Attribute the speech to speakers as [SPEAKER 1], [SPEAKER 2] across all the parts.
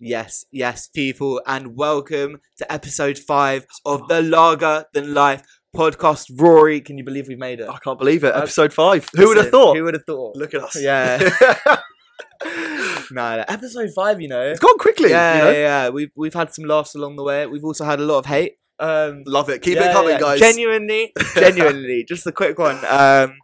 [SPEAKER 1] Yes, yes, people, and welcome to episode five of the Lager Than Life podcast. Rory, can you believe we made it?
[SPEAKER 2] I can't believe it.
[SPEAKER 1] Uh,
[SPEAKER 2] Episode five. Who would have
[SPEAKER 1] Listen,
[SPEAKER 2] thought?
[SPEAKER 1] Who would have thought?
[SPEAKER 2] Look at us.
[SPEAKER 1] Yeah,
[SPEAKER 2] it's
[SPEAKER 1] no, no, episode five. You know,
[SPEAKER 2] gone quickly.
[SPEAKER 1] yeah,
[SPEAKER 2] you know?
[SPEAKER 1] yeah, yeah. We've we've had some laughs along the way. We've also had a lot of hate. Um,
[SPEAKER 2] Love it. Keep
[SPEAKER 1] yeah,
[SPEAKER 2] it coming,
[SPEAKER 1] yeah.
[SPEAKER 2] guys.
[SPEAKER 1] Genuinely, genuinely, just a quick one. Um,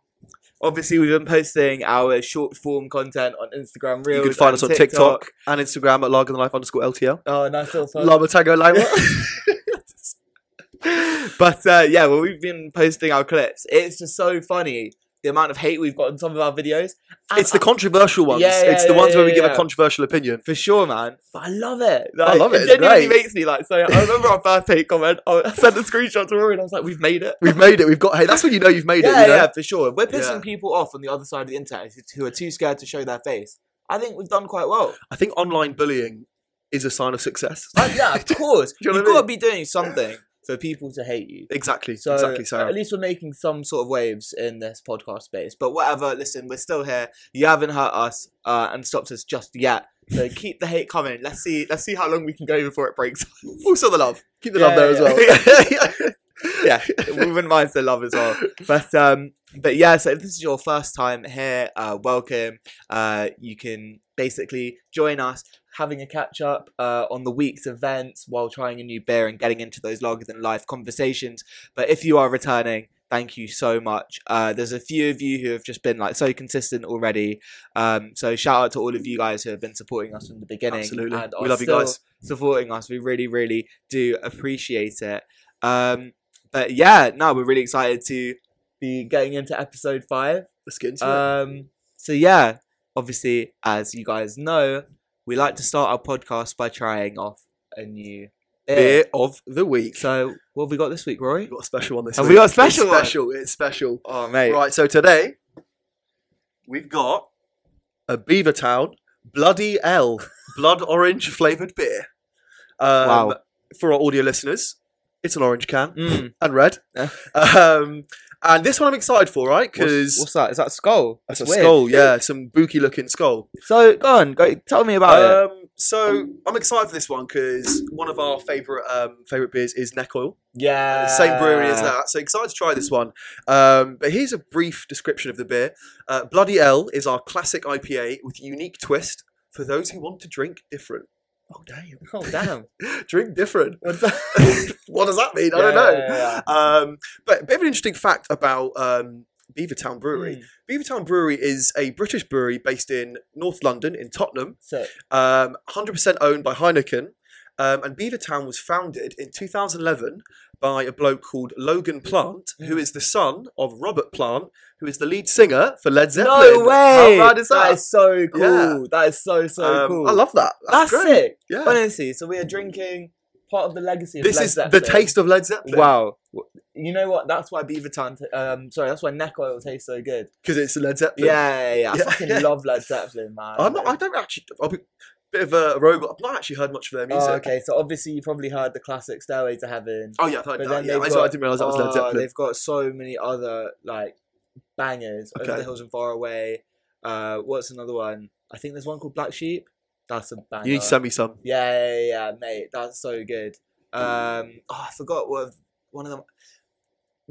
[SPEAKER 1] obviously, we've been posting our short form content on Instagram
[SPEAKER 2] you
[SPEAKER 1] Reels.
[SPEAKER 2] can find
[SPEAKER 1] and
[SPEAKER 2] us on TikTok, and Instagram at Lager Than Life underscore LTL.
[SPEAKER 1] Oh, nice little follow.
[SPEAKER 2] Lama Tango Lima.
[SPEAKER 1] but uh, yeah, well, we've been posting our clips. It's just so funny the amount of hate we've got on some of our videos. And
[SPEAKER 2] it's the
[SPEAKER 1] I-
[SPEAKER 2] controversial ones.
[SPEAKER 1] Yeah, yeah,
[SPEAKER 2] it's the
[SPEAKER 1] yeah,
[SPEAKER 2] ones where we
[SPEAKER 1] yeah,
[SPEAKER 2] give
[SPEAKER 1] yeah.
[SPEAKER 2] a controversial opinion.
[SPEAKER 1] for sure, man. But I love it.
[SPEAKER 2] I love
[SPEAKER 1] It
[SPEAKER 2] it, it's
[SPEAKER 1] genuinely
[SPEAKER 2] great.
[SPEAKER 1] makes me like. So I remember our first hate comment. I I sent a screenshot to Rory, and I was like, "We've made it."
[SPEAKER 2] We've made it. We've got. Hey, that's when you know you've made
[SPEAKER 1] yeah,
[SPEAKER 2] it. You know?
[SPEAKER 1] yeah, for sure. We're pissing
[SPEAKER 2] Yeah.
[SPEAKER 1] people off on the other side of the internet who are too scared to show their face. I think we've done quite well.
[SPEAKER 2] I think online bullying is a sign of success.
[SPEAKER 1] Like, yeah, of course.
[SPEAKER 2] you know
[SPEAKER 1] You've
[SPEAKER 2] what I
[SPEAKER 1] got to be doing something for people to hate you.
[SPEAKER 2] exactly.
[SPEAKER 1] So,
[SPEAKER 2] exactly. So
[SPEAKER 1] at least we're making some sort of waves in this podcast space. But whatever, listen, we're still here. You haven't hurt us uh, and stopped us just yet. So keep the hate coming. Let's see. Let's see how long we can go before it breaks.
[SPEAKER 2] also the love. Keep the
[SPEAKER 1] Yeah,
[SPEAKER 2] love there as well.
[SPEAKER 1] yeah, we wouldn't mind the love as well. But um, but yeah. So if this is your first time here, uh, welcome. Uh, you can basically join us having a catch up uh, on the week's events while trying a new beer and getting into those longer than life conversations. But if you are returning. Thank you so much. Uh, there's a few of you who have just been like so consistent already. Um, so shout out to all of you guys who have been supporting us from the beginning.
[SPEAKER 2] Absolutely.
[SPEAKER 1] and
[SPEAKER 2] We
[SPEAKER 1] are
[SPEAKER 2] love you
[SPEAKER 1] still
[SPEAKER 2] guys.
[SPEAKER 1] supporting us. We really, really do appreciate it. Um, but yeah, no, we're really excited to be getting into episode five.
[SPEAKER 2] Let's get into it.
[SPEAKER 1] Um, so yeah, obviously, as you guys know, we like to start our podcast by trying off a new beer.
[SPEAKER 2] Beer of the week.
[SPEAKER 1] So what have we got this week, Rory?
[SPEAKER 2] We've got a special one this
[SPEAKER 1] Have
[SPEAKER 2] week.
[SPEAKER 1] we got a
[SPEAKER 2] It's
[SPEAKER 1] special one?
[SPEAKER 2] special. It's special.
[SPEAKER 1] Oh mate,
[SPEAKER 2] Right, so today we've got a Beaver Town Bloody L blood orange flavored beer. Um,
[SPEAKER 1] Wow.
[SPEAKER 2] For our audio listeners, it's an orange can
[SPEAKER 1] Mm.
[SPEAKER 2] and red.
[SPEAKER 1] Yeah.
[SPEAKER 2] um, and this one I'm excited for, right?
[SPEAKER 1] What's,
[SPEAKER 2] Because
[SPEAKER 1] what's that? Is that a skull?
[SPEAKER 2] that's a
[SPEAKER 1] Weird.
[SPEAKER 2] skull, yeah, some booky looking skull.
[SPEAKER 1] So go on, go tell me about it.
[SPEAKER 2] um, so I'm excited for this one because one of our favorite um, favorite beers is Neck Oil.
[SPEAKER 1] Yeah,
[SPEAKER 2] the same brewery
[SPEAKER 1] Ah.
[SPEAKER 2] as that. So excited to try this one. Um, but here's a brief description of the beer. Uh, Bloody L is our classic IPA with unique twist for those who want to drink different. Oh damn!
[SPEAKER 1] Oh damn!
[SPEAKER 2] Drink different.
[SPEAKER 1] What's that?
[SPEAKER 2] what does that mean? I don't know.
[SPEAKER 1] Yeah.
[SPEAKER 2] Um, but a bit of an interesting fact about um, Beavertown
[SPEAKER 1] Mm,
[SPEAKER 2] Brewery. Beavertown Brewery is a British brewery based in North London, in Tottenham,
[SPEAKER 1] sick.
[SPEAKER 2] um, 100% owned by Heineken. Um, and Beavertown was founded in 2011 by a bloke called Logan Plant, who
[SPEAKER 1] Mm.
[SPEAKER 2] is the son of Robert Plant, who is the lead singer for Led Zeppelin.
[SPEAKER 1] No way!
[SPEAKER 2] How rad is that?
[SPEAKER 1] That is so cool.
[SPEAKER 2] Yeah.
[SPEAKER 1] That is so so
[SPEAKER 2] Um,
[SPEAKER 1] cool.
[SPEAKER 2] I love that.
[SPEAKER 1] that's
[SPEAKER 2] That's, great.
[SPEAKER 1] sick.
[SPEAKER 2] Yeah.
[SPEAKER 1] Honestly, so we are drinking part of the legacy. Of
[SPEAKER 2] this
[SPEAKER 1] Led
[SPEAKER 2] is
[SPEAKER 1] Zeppelin.
[SPEAKER 2] the taste of Led Zeppelin.
[SPEAKER 1] Wow. W- You know what? That's why Beaver Town. T- um, sorry, that's why Neck Oil tastes so good.
[SPEAKER 2] Because it's Led Zeppelin.
[SPEAKER 1] Yeah, yeah, yeah. I
[SPEAKER 2] Yeah,
[SPEAKER 1] fucking
[SPEAKER 2] yeah.
[SPEAKER 1] love Led Zeppelin, man.
[SPEAKER 2] I'm not, I don't actually. I'll be a bit of a robot. I've not actually heard much of their music.
[SPEAKER 1] oh, okay. So obviously you probably heard the classic "Stairway to Heaven."
[SPEAKER 2] Oh, yeah, I've heard
[SPEAKER 1] But
[SPEAKER 2] that.
[SPEAKER 1] then
[SPEAKER 2] Yeah.
[SPEAKER 1] they've
[SPEAKER 2] I, so I
[SPEAKER 1] got-
[SPEAKER 2] didn't realise that was Led
[SPEAKER 1] Oh,
[SPEAKER 2] Zeppelin.
[SPEAKER 1] They've got so many other like bangers. Over
[SPEAKER 2] Okay.
[SPEAKER 1] the hills and far away. Uh, what's another one? I think there's one called Black Sheep. That's a banger.
[SPEAKER 2] You need to send me some.
[SPEAKER 1] Yeah, yeah, yeah, mate. That's so good. Um, oh, I forgot what one of them.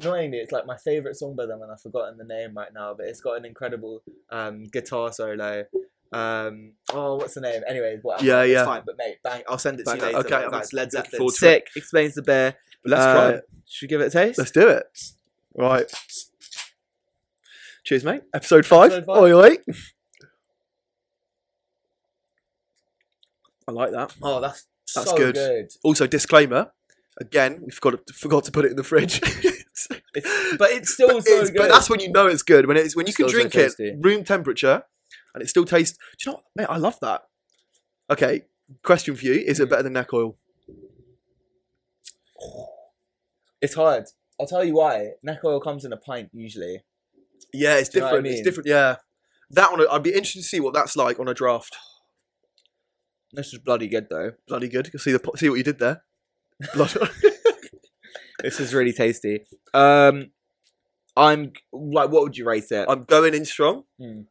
[SPEAKER 1] Annoyingly, it's like my favorite song by them, and I've forgotten the name right now. But it's got an incredible um, guitar solo. Um, oh, what's the name? Anyways, whatever.
[SPEAKER 2] Yeah,
[SPEAKER 1] It's
[SPEAKER 2] yeah.
[SPEAKER 1] fine, but mate, bang, I'll send it to
[SPEAKER 2] Bang
[SPEAKER 1] you
[SPEAKER 2] it.
[SPEAKER 1] later.
[SPEAKER 2] Okay,
[SPEAKER 1] Okay,
[SPEAKER 2] I'm
[SPEAKER 1] that's Led
[SPEAKER 2] looking
[SPEAKER 1] Zeppelin.
[SPEAKER 2] forward to
[SPEAKER 1] Sick. Explains the bear.
[SPEAKER 2] Let's try
[SPEAKER 1] Uh,
[SPEAKER 2] it.
[SPEAKER 1] Should we give it a taste?
[SPEAKER 2] Let's do it. Right. Cheers, mate. Episode five.
[SPEAKER 1] Episode five.
[SPEAKER 2] Oi, oi. I like that.
[SPEAKER 1] Oh, that's
[SPEAKER 2] That's
[SPEAKER 1] so good.
[SPEAKER 2] good. Also, disclaimer. Again, we forgot to, forgot to put it in the fridge.
[SPEAKER 1] It's- but it's still so
[SPEAKER 2] It's-
[SPEAKER 1] good.
[SPEAKER 2] but that's when you know it's good. When it's when you can
[SPEAKER 1] Still so
[SPEAKER 2] drink
[SPEAKER 1] tasty.
[SPEAKER 2] it room temperature, and it still tastes. Do you know, what, mate? I love that. Okay, question for you: Is it
[SPEAKER 1] Mm.
[SPEAKER 2] better than neck oil?
[SPEAKER 1] it's hard. I'll tell you why. Neck oil comes in a pint usually.
[SPEAKER 2] Yeah, it's
[SPEAKER 1] Do you know what I
[SPEAKER 2] different.
[SPEAKER 1] mean?
[SPEAKER 2] It's different. Yeah, that one. I'd be interested to see what that's like on a draft.
[SPEAKER 1] This is bloody good though.
[SPEAKER 2] Bloody good. You can see the po- see what you did there. Blood.
[SPEAKER 1] This is really tasty. Um, I'm like, what would you rate it?
[SPEAKER 2] I'm going in strong.
[SPEAKER 1] Hmm.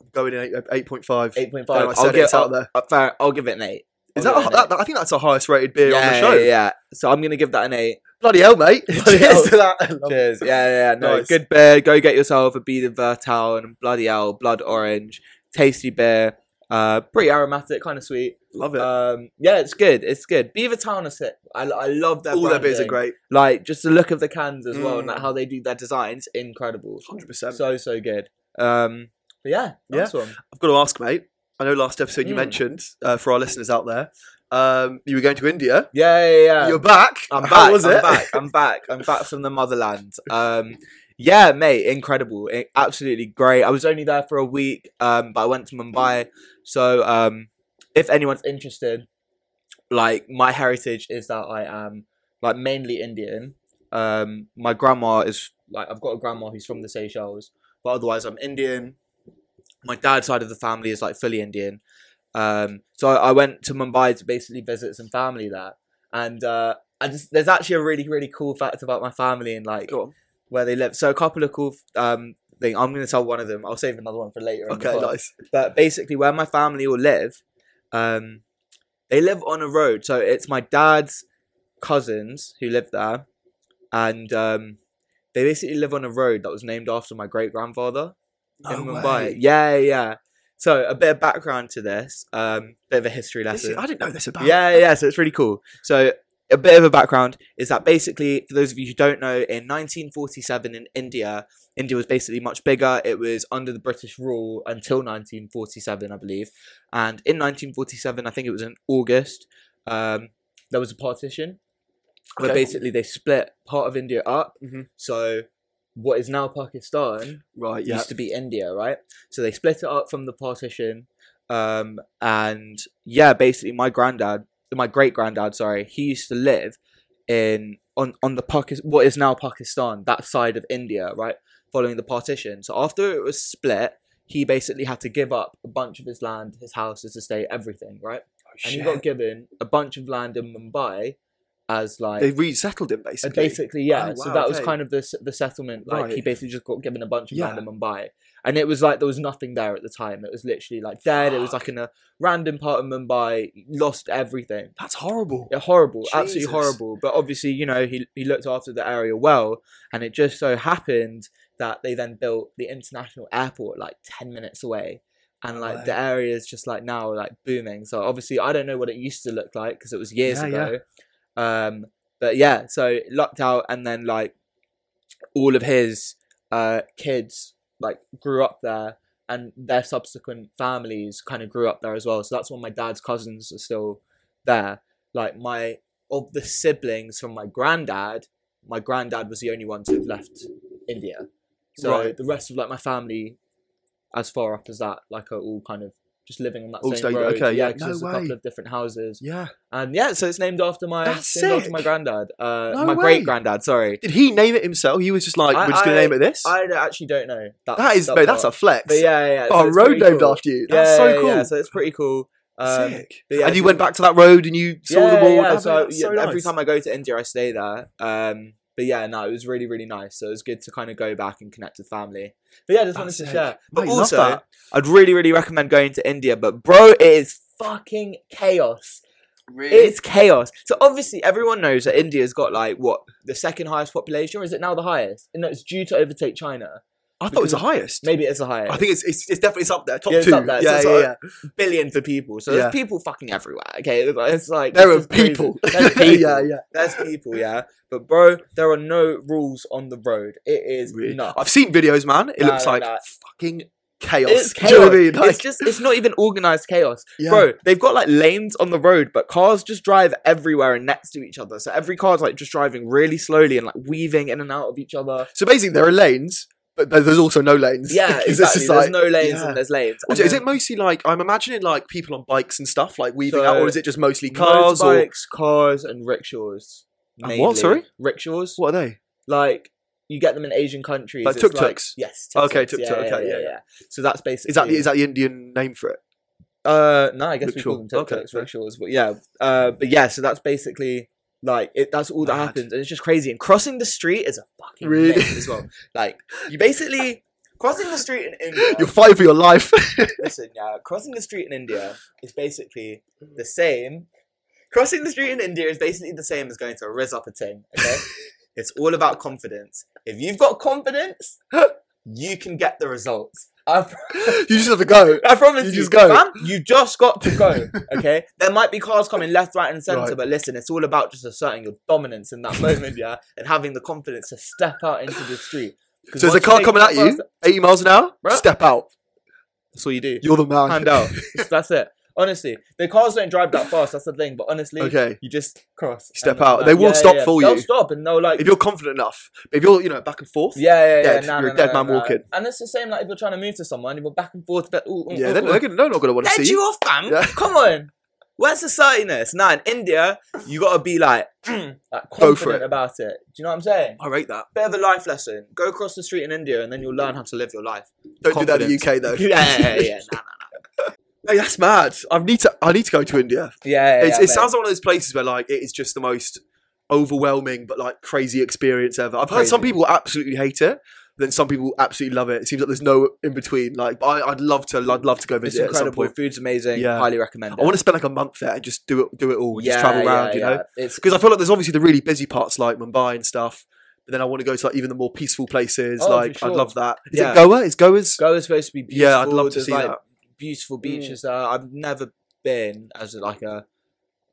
[SPEAKER 2] I'm going in eight eight point five.
[SPEAKER 1] Eight point
[SPEAKER 2] There,
[SPEAKER 1] five.
[SPEAKER 2] I
[SPEAKER 1] I'll
[SPEAKER 2] said it,
[SPEAKER 1] give
[SPEAKER 2] it's out
[SPEAKER 1] I'll,
[SPEAKER 2] there.
[SPEAKER 1] uh, fair. I'll give it an eight.
[SPEAKER 2] Is
[SPEAKER 1] I'll
[SPEAKER 2] that,
[SPEAKER 1] give it an
[SPEAKER 2] that, that- I think that's our highest rated beer on the
[SPEAKER 1] Yeah,
[SPEAKER 2] show.
[SPEAKER 1] Yeah, yeah. So I'm gonna give that an eight.
[SPEAKER 2] Bloody hell, mate!
[SPEAKER 1] Bloody
[SPEAKER 2] Cheers
[SPEAKER 1] hell.
[SPEAKER 2] to that. I love
[SPEAKER 1] Cheers. Yeah, yeah. No,
[SPEAKER 2] Oh. Nice.
[SPEAKER 1] good beer. Go get yourself a Beat of Vertown, Bloody Owl, Blood Orange. Tasty beer. Uh, pretty aromatic, kind of sweet.
[SPEAKER 2] Love it.
[SPEAKER 1] Um, yeah, it's good. It's good. Beaver Town are sick. I, I love their
[SPEAKER 2] All their beers are
[SPEAKER 1] branding.
[SPEAKER 2] great.
[SPEAKER 1] Like just the look of the cans as well, and
[SPEAKER 2] Mm.
[SPEAKER 1] like, how they do their designs, incredible.
[SPEAKER 2] 100%.
[SPEAKER 1] So so good. Um, but yeah, nice one.
[SPEAKER 2] I've got to ask, mate. I know last episode you
[SPEAKER 1] Mm.
[SPEAKER 2] mentioned uh, for our listeners out there, um, you were going to India.
[SPEAKER 1] Yeah, yeah, yeah.
[SPEAKER 2] You're back.
[SPEAKER 1] I'm back.
[SPEAKER 2] How was
[SPEAKER 1] I'm
[SPEAKER 2] it?
[SPEAKER 1] back. I'm back. I'm back from the motherland. Um, yeah, mate, incredible, I- absolutely great. I was only there for a week, um, but I went to Mumbai. So, um, if anyone's interested, like my heritage is that I am like mainly Indian. Um, my grandma is like I've got a grandma who's from the Seychelles, but otherwise I'm Indian. My dad's side of the family is like fully Indian. Um, so I, I went to Mumbai to basically visit some family there, and uh, I just there's actually a really really cool fact about my family and like
[SPEAKER 2] Go on.
[SPEAKER 1] where they live. So a couple of cool um thing. I'm gonna tell one of them. I'll save another one for later. in the
[SPEAKER 2] Okay,
[SPEAKER 1] pod.
[SPEAKER 2] nice.
[SPEAKER 1] But basically, where my family all live, um, they live on a road. So it's my dad's cousins who live there, and um, they basically live on a road that was named after my great grandfather in
[SPEAKER 2] No
[SPEAKER 1] Mumbai.
[SPEAKER 2] way.
[SPEAKER 1] Yeah, yeah. So a bit of background to this, um, bit of a history
[SPEAKER 2] This
[SPEAKER 1] lesson.
[SPEAKER 2] is- I didn't know this about.
[SPEAKER 1] Yeah, yeah, yeah, so it's really cool. So a bit of a background is that basically, for those of you who don't know, in 1947 in India, India was basically much bigger. It was under the British rule until 1947, I believe. And in 1947, I think it was in August, um, there was a partition where
[SPEAKER 2] Okay.
[SPEAKER 1] basically they split part of India up.
[SPEAKER 2] Mhm.
[SPEAKER 1] So what is now Pakistan
[SPEAKER 2] Right.
[SPEAKER 1] it
[SPEAKER 2] Yeah.
[SPEAKER 1] used to be India, right? So they split it up from the partition. Um, and yeah, basically my granddad, my great granddad, sorry, he used to live in on on the Pakistan, what is now Pakistan, that side of India, right? Following the partition. So after it was split, he basically had to give up a bunch of his land, his house, his estate, everything, right?
[SPEAKER 2] Oh,
[SPEAKER 1] And he
[SPEAKER 2] shit.
[SPEAKER 1] got given a bunch of land in Mumbai as like
[SPEAKER 2] they resettled him
[SPEAKER 1] uh,
[SPEAKER 2] basically.
[SPEAKER 1] basically yeah
[SPEAKER 2] Oh,
[SPEAKER 1] so
[SPEAKER 2] wow,
[SPEAKER 1] that was
[SPEAKER 2] okay.
[SPEAKER 1] kind of the s- the settlement like he
[SPEAKER 2] Right.
[SPEAKER 1] basically just got given a bunch of land
[SPEAKER 2] Yeah.
[SPEAKER 1] in mumbai and it was like there was nothing there at the time it was literally like dead it was like in a random part of mumbai lost everything
[SPEAKER 2] That's horrible.
[SPEAKER 1] yeah, horrible, absolutely
[SPEAKER 2] Jesus.
[SPEAKER 1] horrible. But obviously, you know, he he looked after the area well, and it just so happened that they then built the international airport like ten minutes away, and like the area is just like now like booming. So obviously, I don't know what it used to look like because it was years
[SPEAKER 2] Yeah, yeah.
[SPEAKER 1] ago. Um, but yeah, so lucked out, and then like all of his uh kids like grew up there. And their subsequent families kind of grew up there as well, so that's when my dad's cousins are still there like my of the siblings from my granddad, my granddad was the only one to have left India. So
[SPEAKER 2] Right.
[SPEAKER 1] the rest of like my family, as far up as that, like are all kind of just living on that
[SPEAKER 2] All
[SPEAKER 1] same
[SPEAKER 2] stayed-
[SPEAKER 1] road.
[SPEAKER 2] okay, yeah,
[SPEAKER 1] 'cause
[SPEAKER 2] no
[SPEAKER 1] there's a
[SPEAKER 2] way.
[SPEAKER 1] couple of different houses,
[SPEAKER 2] Yeah.
[SPEAKER 1] and yeah, so it's named after my
[SPEAKER 2] That's
[SPEAKER 1] named after
[SPEAKER 2] sick.
[SPEAKER 1] my granddad, uh,
[SPEAKER 2] No
[SPEAKER 1] my
[SPEAKER 2] way.
[SPEAKER 1] great granddad. Sorry,
[SPEAKER 2] Did he name it himself? He was just like,
[SPEAKER 1] I-
[SPEAKER 2] "We're just gonna
[SPEAKER 1] I-
[SPEAKER 2] name it this."
[SPEAKER 1] I d- actually don't know. That,
[SPEAKER 2] that is,
[SPEAKER 1] that
[SPEAKER 2] mate, that's a
[SPEAKER 1] part.
[SPEAKER 2] flex.
[SPEAKER 1] but yeah, yeah. yeah, so
[SPEAKER 2] oh, a
[SPEAKER 1] it's
[SPEAKER 2] road
[SPEAKER 1] pretty
[SPEAKER 2] named
[SPEAKER 1] cool.
[SPEAKER 2] after you.
[SPEAKER 1] Yeah,
[SPEAKER 2] That's so
[SPEAKER 1] yeah,
[SPEAKER 2] cool.
[SPEAKER 1] yeah, so it's pretty cool. Um,
[SPEAKER 2] Sick.
[SPEAKER 1] but yeah,
[SPEAKER 2] and you
[SPEAKER 1] so-
[SPEAKER 2] went back to that road and you saw the wall.
[SPEAKER 1] Yeah,
[SPEAKER 2] That-
[SPEAKER 1] so,
[SPEAKER 2] that's
[SPEAKER 1] yeah,
[SPEAKER 2] so
[SPEAKER 1] every
[SPEAKER 2] nice.
[SPEAKER 1] time I go to India, I stay there. Um, but yeah, no, it was really, really nice. So it was good to kind of go back and connect with family. But yeah, I just wanted
[SPEAKER 2] That's
[SPEAKER 1] to
[SPEAKER 2] sick.
[SPEAKER 1] share. But
[SPEAKER 2] Mate, love
[SPEAKER 1] also,
[SPEAKER 2] that.
[SPEAKER 1] I'd really, really recommend going to India. But bro, it is fucking chaos. It's chaos. So obviously, everyone knows that India's got like what the second highest population, or is it now the highest? No, it's due to overtake China.
[SPEAKER 2] I thought it was the
[SPEAKER 1] because-
[SPEAKER 2] highest.
[SPEAKER 1] Maybe it's the highest.
[SPEAKER 2] I think it's, it's it's definitely it's up there, top
[SPEAKER 1] Yeah, it's
[SPEAKER 2] two.
[SPEAKER 1] up there, so
[SPEAKER 2] Yeah,
[SPEAKER 1] it's
[SPEAKER 2] yeah,
[SPEAKER 1] like-
[SPEAKER 2] yeah.
[SPEAKER 1] billions of people. So
[SPEAKER 2] Yeah.
[SPEAKER 1] there's people fucking everywhere. Okay, it's like
[SPEAKER 2] There
[SPEAKER 1] it's
[SPEAKER 2] are
[SPEAKER 1] just crazy.
[SPEAKER 2] people.
[SPEAKER 1] There's people.
[SPEAKER 2] yeah, yeah.
[SPEAKER 1] There's people, yeah. But bro, there are no rules on the road. It is
[SPEAKER 2] Really?
[SPEAKER 1] nuts.
[SPEAKER 2] I've seen videos, man. It
[SPEAKER 1] No,
[SPEAKER 2] looks
[SPEAKER 1] no,
[SPEAKER 2] like
[SPEAKER 1] no.
[SPEAKER 2] fucking chaos.
[SPEAKER 1] It's
[SPEAKER 2] Do you know what I mean?
[SPEAKER 1] chaos.
[SPEAKER 2] Like,
[SPEAKER 1] it's just it's not even organized chaos.
[SPEAKER 2] yeah.
[SPEAKER 1] Bro, they've got like lanes on the road, but cars just drive everywhere and next to each other. So every car's like just driving really slowly and like weaving in and out of each other.
[SPEAKER 2] So basically, there are lanes, but there- there's also no lanes.
[SPEAKER 1] Yeah,
[SPEAKER 2] Because it's
[SPEAKER 1] exactly.
[SPEAKER 2] just
[SPEAKER 1] There's
[SPEAKER 2] like-
[SPEAKER 1] no lanes
[SPEAKER 2] yeah.
[SPEAKER 1] and there's lanes. And
[SPEAKER 2] Also, is
[SPEAKER 1] then
[SPEAKER 2] it mostly like I'm imagining like people on bikes and stuff like weaving out,
[SPEAKER 1] So,
[SPEAKER 2] or is it just mostly cars or
[SPEAKER 1] motorbikes, cars, and rickshaws?
[SPEAKER 2] And what,
[SPEAKER 1] mainly.
[SPEAKER 2] sorry?
[SPEAKER 1] rickshaws.
[SPEAKER 2] what are they?
[SPEAKER 1] like you get them in Asian countries.
[SPEAKER 2] Like
[SPEAKER 1] it's like-
[SPEAKER 2] tuk-tuks?
[SPEAKER 1] yes.
[SPEAKER 2] Okay,
[SPEAKER 1] tuk-tuks,
[SPEAKER 2] tuk-tuk, okay, yeah, yeah.
[SPEAKER 1] So that's basically
[SPEAKER 2] Is that the, is that the Indian name for it?
[SPEAKER 1] uh no, I guess we
[SPEAKER 2] Rickshaw.
[SPEAKER 1] call them tuk
[SPEAKER 2] Okay,
[SPEAKER 1] tuks,
[SPEAKER 2] fair.
[SPEAKER 1] rickshaws, but yeah, uh, but yeah. So that's basically like it. That's all that
[SPEAKER 2] Mad.
[SPEAKER 1] happens, and it's just crazy. And crossing the street is a fucking
[SPEAKER 2] Really?
[SPEAKER 1] really as well. Like you basically crossing the street in India.
[SPEAKER 2] You're fighting for your life.
[SPEAKER 1] Listen, yeah, crossing the street in India is basically the same. Crossing the street in India is basically the same as going to a Riz Upper Ting, okay? it's all about confidence. If you've got confidence, you can get the results. I, pro-
[SPEAKER 2] you just have to go.
[SPEAKER 1] I promise
[SPEAKER 2] You
[SPEAKER 1] you,
[SPEAKER 2] just go.
[SPEAKER 1] fam, you just got to go, okay? there might be cars coming left, right, and centre,
[SPEAKER 2] Right.
[SPEAKER 1] but listen, it's all about just asserting your dominance in that moment, yeah? And having the confidence to step out into the street. 'Cause
[SPEAKER 2] So
[SPEAKER 1] once
[SPEAKER 2] there's a
[SPEAKER 1] you
[SPEAKER 2] car
[SPEAKER 1] take
[SPEAKER 2] coming
[SPEAKER 1] that
[SPEAKER 2] at you,
[SPEAKER 1] first-
[SPEAKER 2] 80 miles an hour,
[SPEAKER 1] Bruh.
[SPEAKER 2] step out.
[SPEAKER 1] That's all you do.
[SPEAKER 2] You're the man.
[SPEAKER 1] hand out. It's- That's it. Honestly, the cars don't drive that fast. That's the thing. But honestly,
[SPEAKER 2] Okay.
[SPEAKER 1] you just cross.
[SPEAKER 2] Step
[SPEAKER 1] and-
[SPEAKER 2] out.
[SPEAKER 1] and-
[SPEAKER 2] They will stop for
[SPEAKER 1] They'll
[SPEAKER 2] you.
[SPEAKER 1] stop and they'll like.
[SPEAKER 2] If you're confident enough, if you're, you know, back and forth,
[SPEAKER 1] yeah, yeah, yeah.
[SPEAKER 2] dead.
[SPEAKER 1] nah,
[SPEAKER 2] You're a
[SPEAKER 1] nah,
[SPEAKER 2] dead
[SPEAKER 1] nah,
[SPEAKER 2] man
[SPEAKER 1] nah.
[SPEAKER 2] walking.
[SPEAKER 1] And it's the same like if you're trying to move to someone, you go back and forth. But ooh, ooh,
[SPEAKER 2] yeah
[SPEAKER 1] ooh,
[SPEAKER 2] they're,
[SPEAKER 1] ooh.
[SPEAKER 2] they're, gonna- they're not going to want to
[SPEAKER 1] Dead
[SPEAKER 2] see
[SPEAKER 1] you off, fam.
[SPEAKER 2] Yeah.
[SPEAKER 1] Come on. Where's societiness? Nah, in India, you gotta be like, like
[SPEAKER 2] Go for
[SPEAKER 1] confident
[SPEAKER 2] it.
[SPEAKER 1] about it. Do you know what I'm saying?
[SPEAKER 2] I rate that.
[SPEAKER 1] Bit of a life lesson. Go across the street in India, and then you'll learn how to live your life.
[SPEAKER 2] Don't do that in
[SPEAKER 1] Confidence.
[SPEAKER 2] the UK though.
[SPEAKER 1] yeah, yeah, yeah, yeah. Nah, nah, nah.
[SPEAKER 2] Hey, that's mad. I need to. I need to go to India.
[SPEAKER 1] yeah, yeah,
[SPEAKER 2] it's,
[SPEAKER 1] yeah,
[SPEAKER 2] it
[SPEAKER 1] mate.
[SPEAKER 2] sounds like one of those places where like it is just the most overwhelming but like crazy experience ever. I've heard some
[SPEAKER 1] Crazy.
[SPEAKER 2] people absolutely hate it, but then some people absolutely love it. It seems like there's no in between. Like, but I, I'd love to. I'd love to go
[SPEAKER 1] It's
[SPEAKER 2] visit at some
[SPEAKER 1] incredible.
[SPEAKER 2] point.
[SPEAKER 1] Food's amazing.
[SPEAKER 2] Yeah.
[SPEAKER 1] Highly recommend.
[SPEAKER 2] I
[SPEAKER 1] it.
[SPEAKER 2] want to spend like a month there and just do it. Do it all. and just travel around. you know.
[SPEAKER 1] yeah. It's
[SPEAKER 2] because I feel like there's obviously the really busy parts like Mumbai and stuff, but then I want to go to like even the more peaceful places.
[SPEAKER 1] Oh, for
[SPEAKER 2] like
[SPEAKER 1] sure.
[SPEAKER 2] I'd love that. Is
[SPEAKER 1] Yeah.
[SPEAKER 2] it Goa? Is Goa's?
[SPEAKER 1] Goa's supposed to be beautiful.
[SPEAKER 2] Yeah, I'd love to
[SPEAKER 1] There's,
[SPEAKER 2] see
[SPEAKER 1] like,
[SPEAKER 2] that.
[SPEAKER 1] Beautiful
[SPEAKER 2] Mm.
[SPEAKER 1] beaches. Uh, I've never been as like a,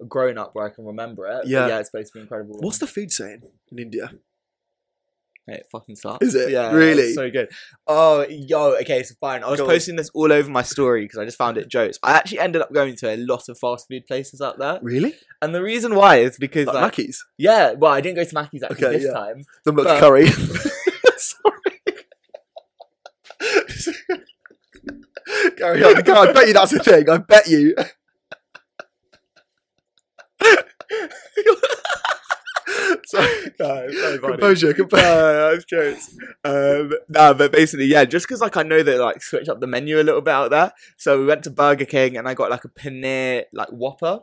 [SPEAKER 1] a grown up where I can remember it. but
[SPEAKER 2] Yeah.
[SPEAKER 1] yeah, it's supposed to be incredible.
[SPEAKER 2] What's the food saying in India?
[SPEAKER 1] It fucking sucks.
[SPEAKER 2] Is it?
[SPEAKER 1] Yeah,
[SPEAKER 2] Really?
[SPEAKER 1] it's so good. Oh, yo. Okay, so fine. I was
[SPEAKER 2] Go on.
[SPEAKER 1] posting this all over my story because I just found it jokes. I actually ended up going to a lot of fast food places out there,
[SPEAKER 2] Really?
[SPEAKER 1] and the reason why is because
[SPEAKER 2] Like,
[SPEAKER 1] like,
[SPEAKER 2] Mackey's,
[SPEAKER 1] yeah. Well, I didn't go to Mackey's actually
[SPEAKER 2] Okay,
[SPEAKER 1] this
[SPEAKER 2] yeah.
[SPEAKER 1] time.
[SPEAKER 2] the milk
[SPEAKER 1] but-
[SPEAKER 2] curry. Sorry. Carry on. Go on. I bet you that's a thing. I bet you. Sorry.
[SPEAKER 1] No, it's so funny.
[SPEAKER 2] Composure, composure.
[SPEAKER 1] uh, that's jokes. Um, nah, but basically, yeah, just because like I know they like switch up the menu a little bit out there. So we went to Burger King and I got like a paneer like Whopper,